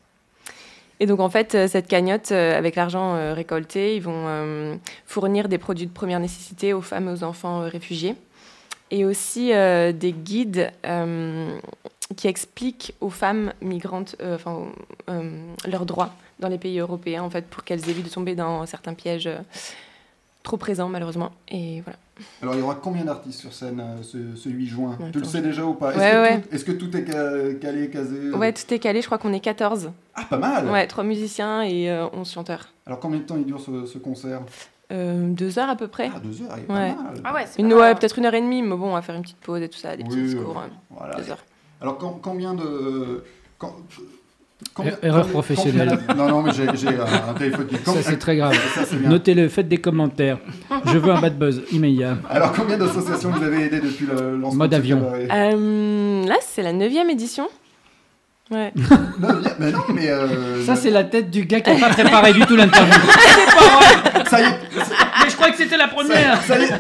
S7: Et donc, en fait, euh, cette cagnotte, euh, avec l'argent euh, récolté, ils vont euh, fournir des produits de première nécessité aux femmes et aux enfants euh, réfugiés. Et aussi euh, des guides euh, qui expliquent aux femmes migrantes euh, enfin, euh, leurs droits dans les pays européens, en fait, pour qu'elles évitent de tomber dans certains pièges euh, trop présents, malheureusement. Et voilà.
S3: Alors, il y aura combien d'artistes sur scène euh, ce, ce 8 juin
S7: Attends.
S3: Tu le sais déjà ou pas Est-ce
S7: Ouais,
S3: que,
S7: ouais.
S3: Tout, est-ce que tout est ca- calé, casé
S7: Ouais, tout est calé, je crois qu'on est 14.
S3: Ah, pas mal
S7: Ouais, 3 musiciens et euh, 11 chanteurs.
S3: Alors, combien de temps il dure ce, ce concert
S7: Euh, deux heures à peu près.
S3: Ah, deux heures, il est
S7: Ouais.
S3: pas mal.
S2: Ah ouais, c'est
S7: Une,
S2: pas
S7: ouais,
S2: mal.
S7: peut-être une heure et demie, mais bon, on va faire une petite pause et tout ça, des petits
S3: Oui,
S7: discours.
S3: ouais.
S7: hein,
S3: Voilà.
S7: deux heures.
S3: Alors, com- combien de. euh, com-
S4: Er- erreur professionnelle.
S3: combien- non, non, mais j'ai j'ai, euh, un téléphone qui.
S4: Ça, c'est très grave.
S3: Ça, c'est bien.
S4: Notez-le, faites des commentaires. Je veux un bad buzz immédiat.
S3: Alors, combien d'associations vous avez aidé depuis le lancement
S4: Mode
S3: de ce
S4: avion.
S3: cabaret
S7: Euh, là, c'est la 9 édition. Ouais. Eh Ah
S3: Non, bien- Ah, mais non, mais. euh,
S4: Ça, c'est la tête du gars qui n'a pas préparé du tout l'interview. C'est pas vrai
S3: Ça y est
S4: Mais je crois que c'était la première
S3: Ça y est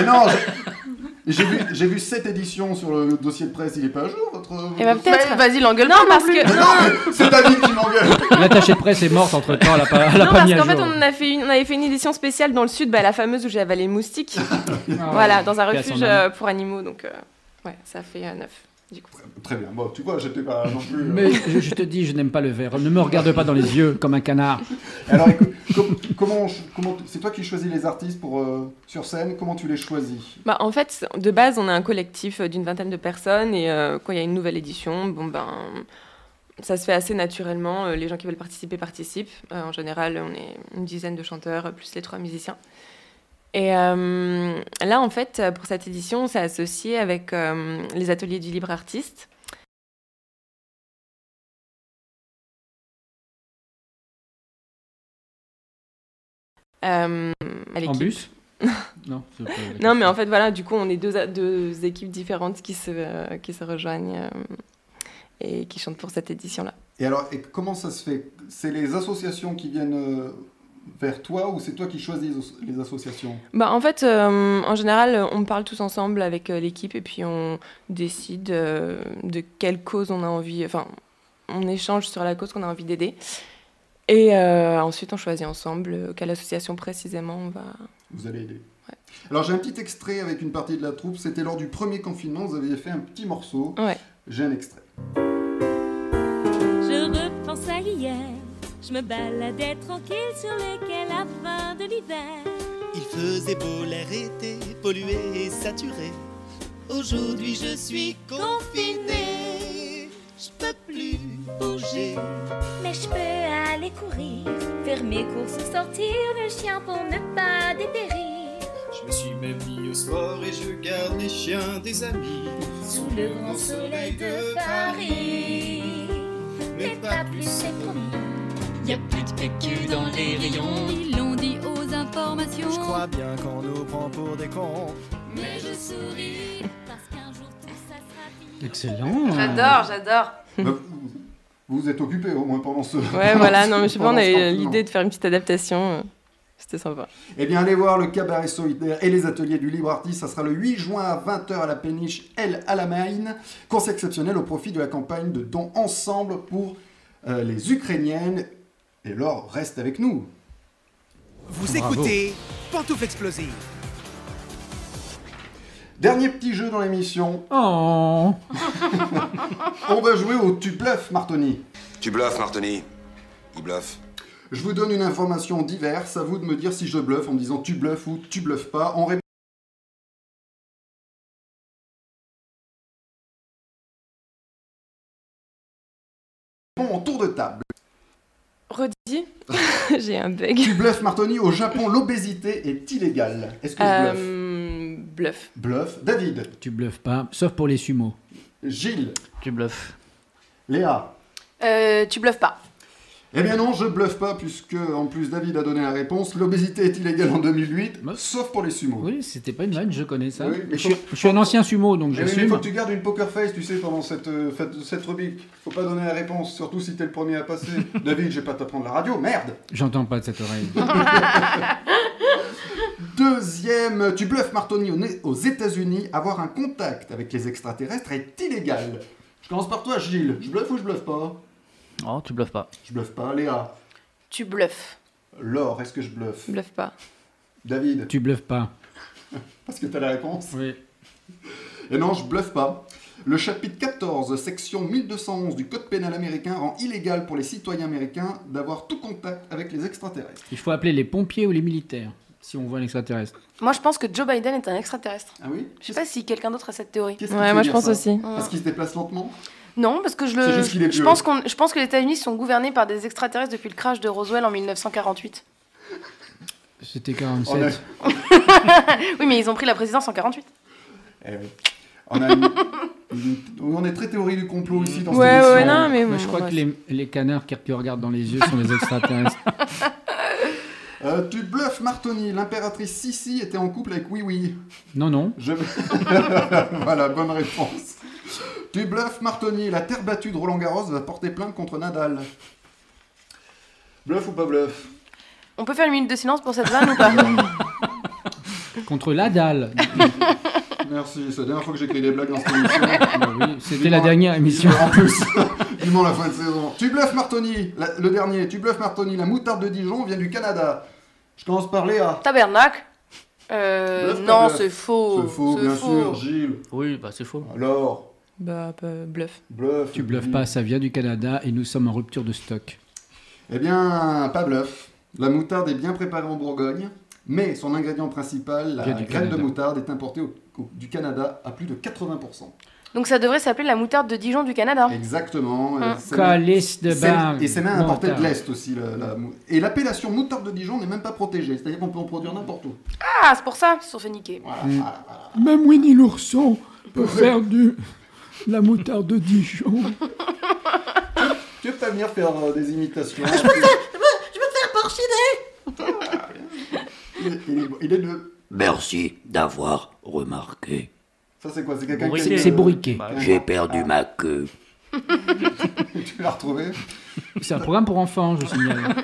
S3: Mais non j'ai- j'ai vu, j'ai vu 7 éditions sur le dossier de presse, il est pas à jour votre.
S7: Et bah, peut-être.
S2: Bah, Vas-y, l'engueule
S7: Non,
S2: pas,
S7: parce
S2: plus.
S7: que.
S3: Mais non, mais c'est David qui m'engueule
S4: L'attachée de presse est morte entre temps, elle n'a pas, elle a
S7: Non,
S4: pas
S7: parce
S4: mis à
S7: qu'en fait,
S4: jour.
S7: on, en a fait une, on avait fait une édition spéciale dans le sud, bah, la fameuse où j'ai avalé le moustique.
S4: Ah ouais.
S7: voilà, dans un
S4: Paix à
S7: refuge
S4: son âme.
S7: euh, pour animaux. Donc, euh, ouais, ça fait euh, 9, du coup.
S3: Très bien, bon, tu vois, j'étais pas non plus. euh,
S4: Mais je, je te dis, je n'aime pas le verre. Ne me regarde pas dans les yeux comme un canard.
S3: Alors, écoute, com- comment, on ch- comment t- c'est toi qui choisis les artistes pour euh, sur scène Comment tu les choisis
S7: Bah, en fait, de base, on a un collectif euh, d'une vingtaine de personnes et euh, quand il y a une nouvelle édition, bon ben, ça se fait assez naturellement. Euh, Les gens qui veulent participer participent. Euh, en général, on est une dizaine de chanteurs euh, plus les trois musiciens. Et euh, là, en fait, pour cette édition, c'est associé avec euh, les ateliers du libre artiste. Euh, à
S4: En
S7: l'équipe.
S4: bus Non. c'est pas la
S7: Non, mais
S4: question.
S7: en fait, voilà, du coup, on est deux, deux équipes différentes qui se, euh, qui se rejoignent euh, et qui chantent pour cette édition-là.
S3: Et alors, et comment ça se fait C'est les associations qui viennent euh, vers toi ou c'est toi qui choisis les associations
S7: Bah, en fait, euh, en général, on parle tous ensemble avec euh, l'équipe et puis on décide euh, de quelle cause on a envie. Enfin, on échange sur la cause qu'on a envie d'aider. Et euh, ensuite, on choisit ensemble euh, quelle association précisément on va.
S3: Vous allez aider. Alors, j'ai un petit extrait avec une partie de la troupe. C'était lors du premier confinement, vous aviez fait un petit morceau.
S7: Ouais.
S3: J'ai un extrait.
S11: Je repense à hier, je me baladais tranquille sur les quais la fin de l'hiver.
S9: Il faisait beau, l'air était pollué et saturé. Aujourd'hui je suis confiné, je peux plus bouger.
S11: Mais je peux aller courir, faire mes courses, sortir le chien pour ne pas dépérir.
S9: Je me suis même mis au sport et je garde les chiens des amis.
S11: Sous le grand soleil de Paris, mais pas plus, c'est promis.
S9: Y a plus de PQ dans les rayons.
S11: Ils l'ont dit aux informations,
S12: Je crois bien qu'on nous prend pour des cons.
S11: mais je souris parce qu'un jour tout ça sera fini.
S4: Excellent.
S7: Ah.
S2: J'adore, j'adore.
S3: Bah, vous, vous êtes occupé au moins pendant ce.
S7: Ouais, voilà, non, mais je sais pas, on
S3: pendant
S7: a
S3: ce
S7: eu
S3: confinement.
S7: l'idée de faire une petite adaptation. euh, C'était sympa.
S3: Eh bien, allez voir le cabaret solidaire et les ateliers du libre artiste. Ça sera le 8 juin à 20h à la péniche El Alamein. Course exceptionnelle au profit de la campagne de dons ensemble pour euh, les Ukrainiennes. Et Laure reste avec nous.
S1: Vous
S4: Bravo.
S1: écoutez Pantoufle Explosive.
S3: Dernier petit jeu dans l'émission.
S4: Oh.
S3: On va jouer au tu bluffes, Martoni.
S12: Tu bluffes, Martoni. Il bluffe.
S3: Je vous donne une information diverse. À vous de me dire si je bluffe en me disant tu bluffes ou tu bluffes pas. On répond. en tour de table.
S7: Redis, j'ai un bug.
S3: Tu bluffes, Martoni, au Japon, l'obésité est illégale. Est-ce que je bluffe
S7: Euh, bluff.
S3: Bluff. David,
S4: Tu bluffes pas, sauf pour les sumo.
S3: Gilles,
S6: Tu bluffes.
S3: Léa.
S2: Euh, tu bluffes pas.
S3: Eh bien non, je bluffe pas, puisque en plus David a donné la réponse. L'obésité est illégale en 2008,
S4: Bah.
S3: sauf pour les sumos.
S4: Oui, c'était pas une vanne, je connais ça.
S3: Oui, mais
S4: je, suis, je suis un ancien sumo, donc
S3: Eh oui, mais
S4: j'assume.
S3: faut que tu gardes une poker face, tu sais, pendant cette, euh, fête- cette rubrique. Faut pas donner la réponse, surtout si t'es le premier à passer. David, je vais pas t'apprendre la radio, merde
S4: J'entends pas de cette oreille.
S3: Deuxième, euh, tu bluffes Martoni au nez- aux États-Unis, avoir un contact avec les extraterrestres est illégal. Je commence par toi, Gilles. Je bluffe ou je bluffe pas
S6: Oh, tu bluffes pas.
S3: Je bluffe pas, Léa.
S2: Tu bluffes.
S3: Laure, est-ce que je bluffe
S7: Bluff pas.
S3: David,
S4: tu bluffes pas.
S3: parce que t'as la réponse
S4: Oui.
S3: Et non, je bluffe pas. Le chapitre 14, section 1211 du Code pénal américain rend illégal pour les citoyens américains d'avoir tout contact avec les extraterrestres.
S4: Il faut appeler les pompiers ou les militaires si on voit un extraterrestre.
S2: Moi, je pense que Joe Biden est un extraterrestre.
S3: Ah oui
S2: Je sais pas si quelqu'un d'autre a cette théorie.
S3: Qu'est-ce qui te fait
S7: Ouais, moi je
S3: dire
S7: pense
S3: ça
S7: aussi.
S3: Parce qu'ils se déplacent lentement
S2: Non, parce que je le.
S3: C'est juste qu'il est
S2: je,
S3: vieux.
S2: pense qu'on, je pense que les États-Unis sont gouvernés par des extraterrestres depuis le crash de Roswell en 1948.
S4: C'était
S3: On a-
S4: 47.
S2: Oui, mais ils ont pris la présidence en 48.
S3: Eh oui. On, a une- une- on est très théorie du complot ici dans
S7: Ouais,
S3: cette émission.
S7: Ah ouais, non, mais.
S4: Moi, je crois
S7: ouais.
S4: que les, les canards qui te regardent dans les yeux sont les extraterrestres.
S3: Euh, tu bluffes, Martoni. L'impératrice Sissi était en couple avec Oui Oui.
S4: non, non.
S3: Je... voilà, bonne réponse. Tu bluffes, Martoni. La terre battue de Roland Garros va porter plainte contre Nadal. Bluff ou pas bluff
S2: On peut faire une minute de silence pour cette vanne ou pas
S4: Contre la dalle.
S3: Merci, c'est la dernière fois que j'écris des blagues dans cette émission.
S4: Bah oui, C'était la dernière émission.
S3: En plus, vivement la fin de saison. Tu bluffes, Martoni. La- Le dernier, tu bluffes, Martoni. La moutarde de Dijon vient du Canada. Je commence par Léa.
S2: Tabernacle Euh,
S3: Bluff,
S2: Non,
S3: tabernacle.
S2: c'est faux.
S3: C'est faux,
S2: C'est
S3: bien
S2: faux.
S3: sûr, Gilles.
S6: Oui, bah c'est faux.
S3: Alors,
S7: Bah, bah, bluff.
S3: bluff.
S4: Tu bluffes pas, ça vient du Canada et nous sommes en rupture de stock.
S3: Eh bien, pas bluff. La moutarde est bien préparée en Bourgogne, mais son ingrédient principal, la
S4: Vient du
S3: graine de
S4: Canada.
S3: moutarde, est importée au- au- du Canada à plus de 80%.
S2: Donc ça devrait s'appeler la moutarde de Dijon du Canada.
S3: Exactement. euh,
S2: Mm.
S3: c'est-
S4: Calice de
S3: c'est-
S4: Bar-
S3: Et c'est même importé de
S4: Moutarde.
S3: l'Est aussi. la- la mou- Et l'appellation moutarde de Dijon n'est même pas protégée. C'est-à-dire qu'on peut en produire n'importe où.
S2: Ah, c'est pour ça qu'ils se sont fait niquer.
S3: Mm.
S8: Même Winnie l'ourson peut faire du la moutarde de Dijon.
S3: Tu veux pas venir faire euh, des imitations il, il est, il est de.
S13: Merci d'avoir remarqué.
S3: Ça, c'est quoi C'est quelqu'un qui. euh, Ah,
S8: C'est- c'est bourriqué.
S13: J'ai perdu ma queue.
S3: tu l'as retrouvé
S4: C'est un programme pour enfants, je signale.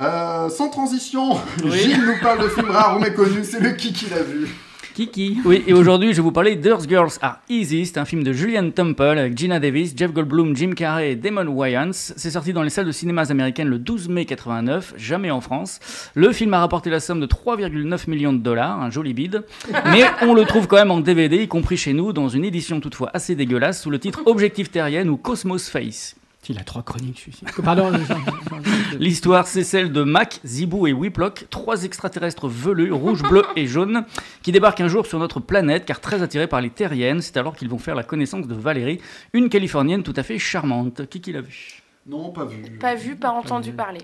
S3: Euh, sans transition, Gilles nous parle de films rares ou méconnus, c'est le qui qui l'a vu.
S6: Kiki. Oui, et aujourd'hui, je vais vous parler d'Earth Girls Are Easy. C'est un film de Julian Temple avec Gina Davis, Jeff Goldblum, Jim Carrey et Damon Wayans. C'est sorti dans les salles de cinémas américaines le 12 mai 89, jamais en France. Le film a rapporté la somme de 3,9 millions de dollars, un joli bide. Mais on le trouve quand même en DVD, y compris chez nous, dans une édition toutefois assez dégueulasse sous le titre Objectif Terrienne ou Cosmos Face.
S4: Il a trois chroniques, celui-ci. Pardon, je-
S6: L'histoire, c'est celle de Mac, Zibou et Whiplock, trois extraterrestres velus, rouges, bleus et jaunes, qui débarquent un jour sur notre planète car très attirés par les terriennes. C'est alors qu'ils vont faire la connaissance de Valérie, une californienne tout à fait charmante. Qui qui l'a vu
S3: Non, pas vu.
S2: Pas vu, pas entendu parler.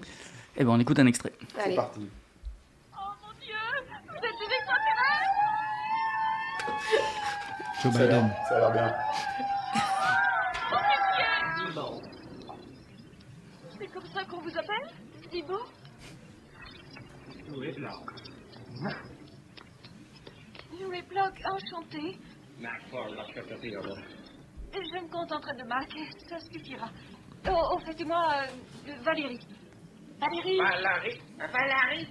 S6: Eh ben, on écoute un extrait.
S2: Allez.
S3: parti.
S9: Vous êtes des extraterrestres
S4: Joe
S3: Ça a l'air-
S4: Biden.
S3: ça a l'air bien.
S9: C'est comme ça qu'on vous appelle Thibaut Nous les blocs enchantés. Je me contenterai de Mac, ça suffira. Oh, oh, faites-moi euh, Valérie. Valérie Valérie Valérie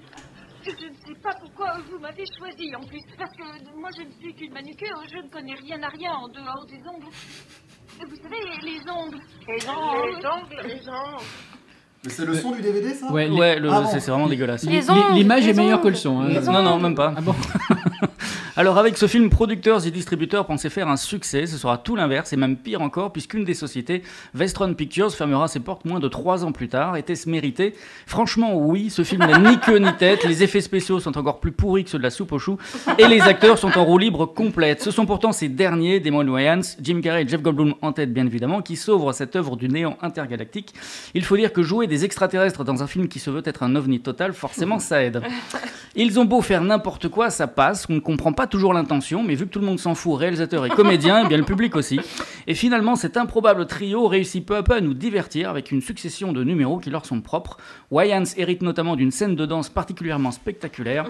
S9: je je ne sais pas pourquoi vous m'avez choisi en plus, parce que moi je ne suis qu'une manucure, je ne connais rien à rien en dehors des ongles. Vous savez, les ongles. Les
S14: ongles. Les
S9: ongles, les ongles.
S3: Mais c'est le son du DVD, ça Ah,
S6: Ouais, le- c'est c'est vraiment dégueulasse.
S9: Les ongles,
S4: L'image est
S9: les
S4: meilleure que le
S9: ongles,
S4: son. hein.
S9: les
S6: Non, non, même pas. Alors avec ce film, producteurs et distributeurs pensaient faire un succès, ce sera tout l'inverse et même pire encore puisqu'une des sociétés, Vestron Pictures, fermera ses portes moins de trois ans plus tard. Était-ce mérité Franchement oui, ce film n'a ni queue ni tête, les effets spéciaux sont encore plus pourris que ceux de la soupe aux choux et les acteurs sont en roue libre complète. Ce sont pourtant ces derniers, Damon Wayans, Jim Carrey et Jeff Goldblum en tête bien évidemment, qui sauvent cette œuvre du néant intergalactique. Il faut dire que jouer des extraterrestres dans un film qui se veut être un ovni total, forcément ça aide. Ils ont beau faire n'importe quoi, ça passe, on ne comprend pas toujours l'intention, mais vu que tout le monde s'en fout, réalisateur et comédien, eh bien le public aussi. Et finalement, cet improbable trio réussit peu à peu à nous divertir avec une succession de numéros qui leur sont propres. Wayans hérite notamment d'une scène de danse particulièrement spectaculaire.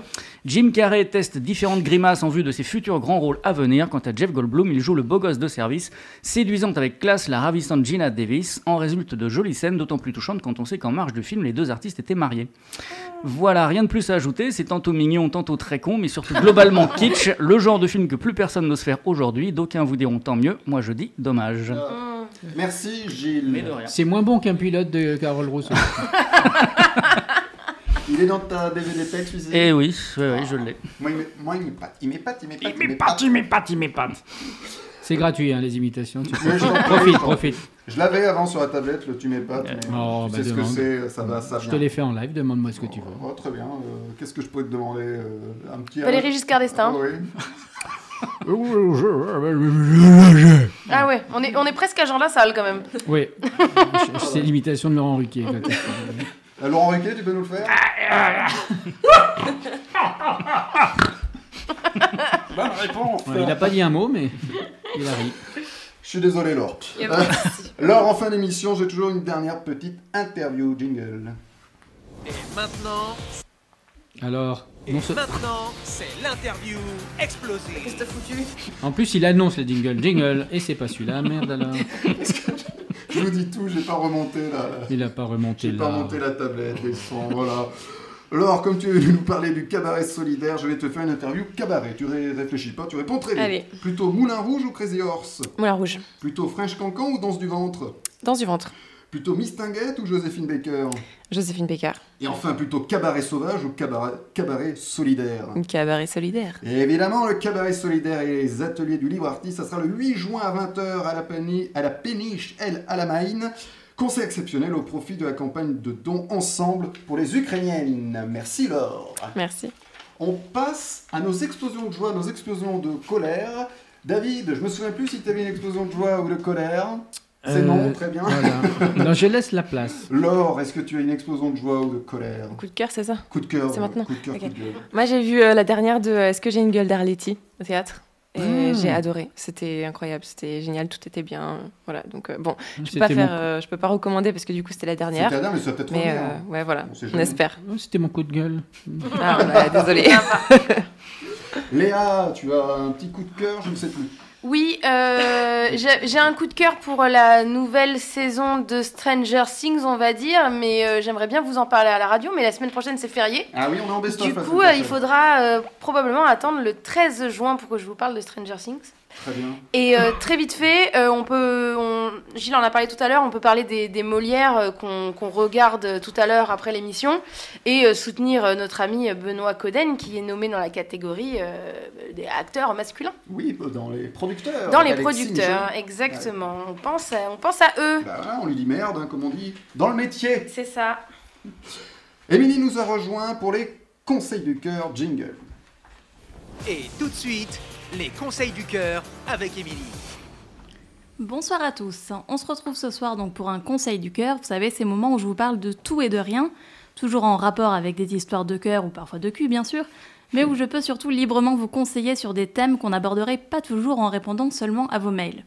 S6: Jim Carrey teste différentes grimaces en vue de ses futurs grands rôles à venir. Quant à Jeff Goldblum, il joue le beau gosse de service, séduisant avec classe la ravissante Gina Davis. En résulte de jolies scènes, d'autant plus touchantes quand on sait qu'en marge du film, les deux artistes étaient mariés. Voilà, rien de plus à ajouter. C'est tantôt mignon, tantôt très con, mais surtout globalement kitsch. Le genre de film que plus personne n'ose faire aujourd'hui. D'aucuns vous diront tant mieux. Moi, je dis dommage.
S3: Merci Gilles.
S4: C'est moins bon qu'un pilote de Carole Rousseau.
S3: Il est dans ta DVD tech, tu sais.
S6: Eh oui, oui, oui, je l'ai.
S3: Moi, il m'é- moi, il m'épate. Il m'épate, il m'épate.
S4: Il m'épate, il m'épate, il m'épate. C'est gratuit, hein, les imitations. Tu
S3: Mais je t'en prie, je
S4: profite,
S3: t'en
S4: profite.
S3: prie. Je l'avais avant sur la tablette, le tu m'épates. mais
S4: Oh,
S3: tu
S4: bah,
S3: sais ce que
S4: demande.
S3: c'est, ça va, ça
S4: Je
S3: vient.
S4: te l'ai fait en live, demande-moi ce que tu veux.
S3: Oh, très bien. euh, Qu'est-ce que je pourrais te demander euh, Un petit.
S2: Valérie Giscard d'Estaing.
S3: Ah, oui. Euh,
S2: Ah ouais, on est, on est presque à Jean Lassalle quand même.
S4: Oui. C'est l'imitation de Laurent Ruquier. quoi.
S3: Euh, Laurent Ruquier, tu peux nous le faire Bonne réponse.
S4: Ouais, il n'a pas dit un mot, mais il a ri.
S3: Je suis désolé, Laure.
S4: Y a pas de
S3: Laure, en fin d'émission, j'ai toujours une dernière petite interview jingle.
S1: Maintenant,
S4: Alors,
S1: et
S4: non se-
S1: maintenant, c'est l'interview explosive. Qu'est-ce que t'as foutu
S4: en plus, il annonce le jingle, jingle, et c'est pas celui-là, merde alors.
S3: Je vous dis tout, j'ai pas remonté la,
S4: Il a pas remonté
S3: j'ai pas
S4: là.
S3: monté la tablette, les sons, voilà. Laure, comme tu veux nous parler du cabaret solidaire, je vais te faire une interview cabaret. Tu ré- réfléchis pas, tu réponds très vite.
S7: Allez.
S3: Plutôt Moulin Rouge ou Crazy Horse
S7: Moulin Rouge.
S3: Plutôt French Cancan ou Danse du Ventre
S7: Danse du ventre.
S3: Plutôt Miss Tinguette ou Joséphine Baker
S7: Joséphine Pécard.
S3: Et enfin, plutôt Cabaret Sauvage ou Cabaret, cabaret Solidaire
S7: Une cabaret solidaire.
S3: Et évidemment, le cabaret solidaire et les ateliers du libre artiste, ça sera le 8 juin à 20h à la, Péni- à la péniche El Alamein. Conseil exceptionnel au profit de la campagne de dons ensemble pour les Ukrainiennes. Merci Laure.
S7: Merci.
S3: On passe à nos explosions de joie, nos explosions de colère. David, je me souviens plus si tu avais une explosion de joie ou de colère. C'est non,
S4: Euh,
S3: très bien.
S4: voilà. Non, je laisse la place.
S3: Laure, est-ce que tu as une explosion de joie ou de colère
S15: Coup de cœur, c'est ça
S3: Coup de cœur.
S15: C'est maintenant.
S3: Coup de cœur,
S15: Ok.
S3: coup de gueule.
S15: Moi, j'ai vu euh, la dernière de euh, Est-ce que j'ai une gueule d'Arletty au théâtre et
S3: Hmm.
S15: j'ai adoré, c'était incroyable, c'était génial, tout était bien, voilà. Donc euh, bon, je peux
S4: C'était
S15: pas faire,
S4: mon-
S15: euh, je peux pas recommander parce que du coup c'était la dernière.
S4: la dernière, mais ça va peut-être
S15: Mais
S4: revenir,
S15: euh,
S4: hein.
S15: ouais, voilà,
S4: On sait
S15: on
S4: jamais.
S15: espère.
S4: Oh, C'était mon coup de gueule.
S15: Ah, bah, désolé.
S3: Léa, tu as un petit coup de cœur, je ne sais plus.
S2: Oui, euh, j'ai j'ai un coup de cœur pour la nouvelle saison de Stranger Things, on va dire, mais euh, j'aimerais bien vous en parler à la radio, mais la semaine prochaine c'est férié.
S3: Ah oui, on est en best-of.
S2: Du
S3: la
S2: coup, euh,
S3: semaine
S2: il
S3: prochaine.
S2: faudra euh, probablement attendre le 13 juin pour que je vous parle de Stranger Things.
S3: Très bien.
S2: Et euh, très vite fait, euh, on peut, on- Gilles en a parlé tout à l'heure, on peut parler des, des Molières euh, qu'on qu'on regarde euh, tout à l'heure après l'émission et euh, soutenir euh, notre ami Benoît Coden qui est nommé dans la catégorie euh, des acteurs masculins.
S3: Oui, euh, dans les producteurs.
S2: Dans les
S3: Alexis
S2: producteurs,
S3: Michaud.
S2: exactement. On, pense à, on pense à eux.
S3: Bah voilà, on lui dit merde, hein, comme on dit, dans le métier.
S2: C'est ça.
S3: Émilie nous a rejoint pour les conseils du cœur jingle.
S1: Et tout de suite, les conseils du cœur avec Émilie.
S7: Bonsoir à tous. On se retrouve ce soir donc pour un conseil du cœur. Vous savez, ces moments où je vous parle de tout et de rien, toujours en rapport avec des histoires de cœur ou parfois de cul, bien sûr, mais où je peux surtout librement vous conseiller sur des thèmes qu'on n'aborderait pas toujours en répondant seulement à vos mails.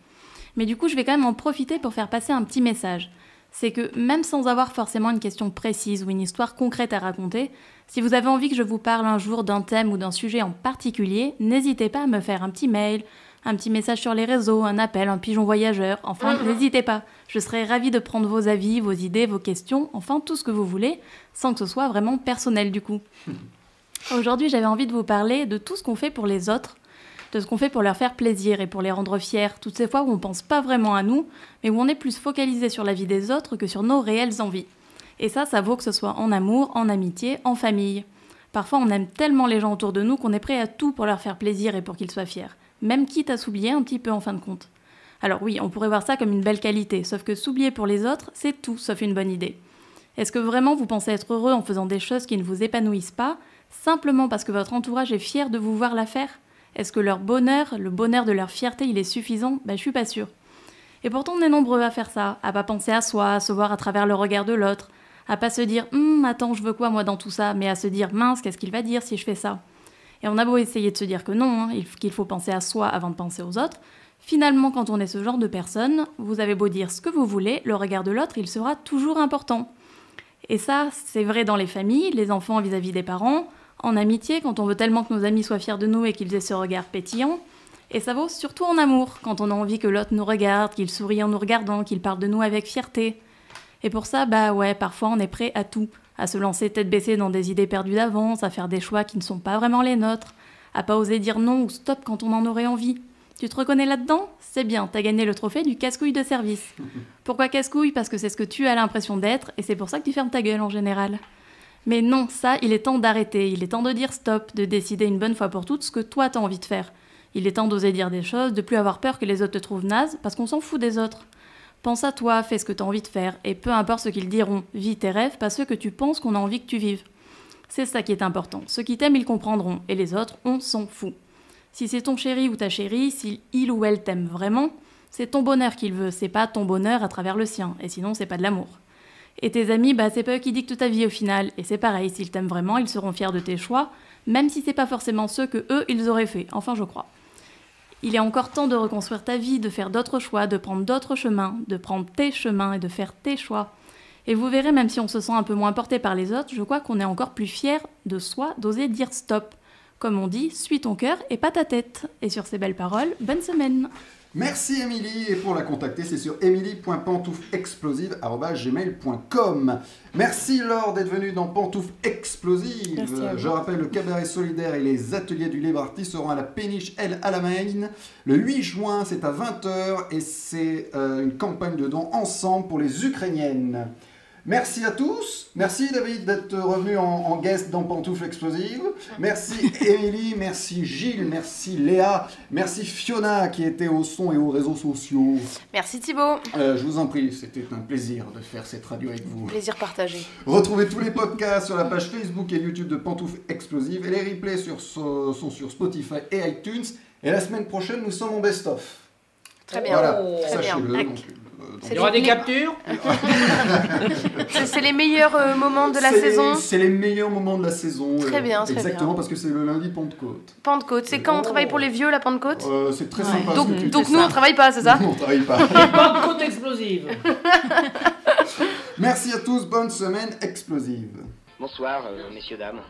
S7: Mais du coup, je vais quand même en profiter pour faire passer un petit message. C'est que même sans avoir forcément une question précise ou une histoire concrète à raconter, si vous avez envie que je vous parle un jour d'un thème ou d'un sujet en particulier, n'hésitez pas à me faire un petit mail, un petit message sur les réseaux, un appel, un pigeon voyageur, enfin n'hésitez pas. Je serai ravie de prendre vos avis, vos idées, vos questions, enfin tout ce que vous voulez, sans que ce soit vraiment personnel du coup. Aujourd'hui, j'avais envie de vous parler de tout ce qu'on fait pour les autres, de ce qu'on fait pour leur faire plaisir et pour les rendre fiers, toutes ces fois où on pense pas vraiment à nous, mais où on est plus focalisé sur la vie des autres que sur nos réelles envies. Et ça, ça vaut que ce soit en amour, en amitié, en famille. Parfois, on aime tellement les gens autour de nous qu'on est prêt à tout pour leur faire plaisir et pour qu'ils soient fiers, même quitte à s'oublier un petit peu en fin de compte. Alors oui, on pourrait voir ça comme une belle qualité, sauf que s'oublier pour les autres, c'est tout sauf une bonne idée. Est-ce que vraiment vous pensez être heureux en faisant des choses qui ne vous épanouissent pas, simplement parce que votre entourage est fier de vous voir la faire Est-ce que leur bonheur, le bonheur de leur fierté, il est suffisant Ben, je suis pas sûre. Et pourtant, on est nombreux à faire ça, à pas penser à soi, à se voir à travers le regard de l'autre, à pas se dire Hum, attends, je veux quoi moi dans tout ça, mais à se dire mince, qu'est-ce qu'il va dire si je fais ça Et on a beau essayer de se dire que non, hein, il- qu'il faut penser à soi avant de penser aux autres, finalement, quand on est ce genre de personne, vous avez beau dire ce que vous voulez, le regard de l'autre, il sera toujours important. Et ça, c'est vrai dans les familles, les enfants vis-à-vis des parents, en amitié, quand on veut tellement que nos amis soient fiers de nous et qu'ils aient ce regard pétillant. Et ça vaut surtout en amour, quand on a envie que l'autre nous regarde, qu'il sourit en nous regardant, qu'il parle de nous avec fierté. Et pour ça, bah ouais, parfois on est prêt à tout, à se lancer tête baissée dans des idées perdues d'avance, à faire des choix qui ne sont pas vraiment les nôtres, à pas oser dire non ou stop quand on en aurait envie. Tu te reconnais là-dedans C'est bien, t'as gagné le trophée du casse-couille de service. Pourquoi casse-couille Parce que c'est ce que tu as l'impression d'être et c'est pour ça que tu fermes ta gueule en général. Mais non, ça, il est temps d'arrêter, il est temps de dire stop, de décider une bonne fois pour toutes ce que toi t'as envie de faire. Il est temps d'oser dire des choses, de plus avoir peur que les autres te trouvent naze parce qu'on s'en fout des autres. Pense à toi, fais ce que t'as envie de faire et peu importe ce qu'ils diront, vis tes rêves, pas ceux que tu penses qu'on a envie que tu vives. C'est ça qui est important. Ceux qui t'aiment, ils comprendront et les autres, on s'en fout. Si c'est ton chéri ou ta chérie, si il ou elle t'aime vraiment, c'est ton bonheur qu'il veut, c'est pas ton bonheur à travers le sien, et sinon c'est pas de l'amour. Et tes amis, bah c'est pas eux qui dictent ta vie au final, et c'est pareil, s'ils t'aiment vraiment, ils seront fiers de tes choix, même si c'est pas forcément ceux que eux ils auraient fait, enfin je crois. Il est encore temps de reconstruire ta vie, de faire d'autres choix, de prendre d'autres chemins, de prendre tes chemins et de faire tes choix. Et vous verrez, même si on se sent un peu moins porté par les autres, je crois qu'on est encore plus fier de soi d'oser dire stop. Comme on dit, suis ton cœur et pas ta tête. Et sur ces belles paroles, bonne semaine
S3: Merci Émilie et pour la contacter c'est sur émilie.pantouflexplosive.gmail.com Merci Laure d'être venue dans Pantoufle Explosive.
S16: Merci à vous.
S3: Je rappelle le cabaret solidaire et les ateliers du Libre Artiste seront à la péniche El Alamein le 8 juin, c'est à 20h et c'est euh, une campagne de dons ensemble pour les Ukrainiennes. Merci à tous. Merci David d'être revenu en, en guest dans Pantoufle Explosive. Merci Émilie, merci Gilles, merci Léa, merci Fiona qui était au son et aux réseaux sociaux.
S2: Merci Thibaut.
S3: Euh, je vous en prie, c'était un plaisir de faire cette radio avec vous.
S2: Plaisir partagé.
S3: Retrouvez tous les podcasts sur la page Facebook et YouTube de Pantoufles Explosives et les replays sur, sont sur Spotify et iTunes. Et la semaine prochaine, nous sommes en best-of.
S2: Très bien.
S3: Voilà,
S2: Oh. Très
S3: sachez-le.
S2: bien.
S3: donc, euh,
S2: C'est les- les- C'est c'est les meilleurs euh, moments de la
S3: c'est-
S2: saison.
S3: C'est les meilleurs moments de la saison.
S2: Très
S3: euh,
S2: bien, très bien.
S3: Exactement, parce que c'est le lundi de Pentecôte.
S2: Pentecôte, c'est quand on travaille pour les vieux la Pentecôte
S3: Euh, c'est très
S2: Ouais.
S3: sympa. ce
S2: Donc,
S3: que tu
S2: donc
S3: dis.
S2: nous on travaille pas, c'est ça
S3: Nous, on travaille pas.
S4: Pentecôte explosive.
S3: Merci à tous, bonne semaine explosive.
S17: Bonsoir, euh, messieurs, dames.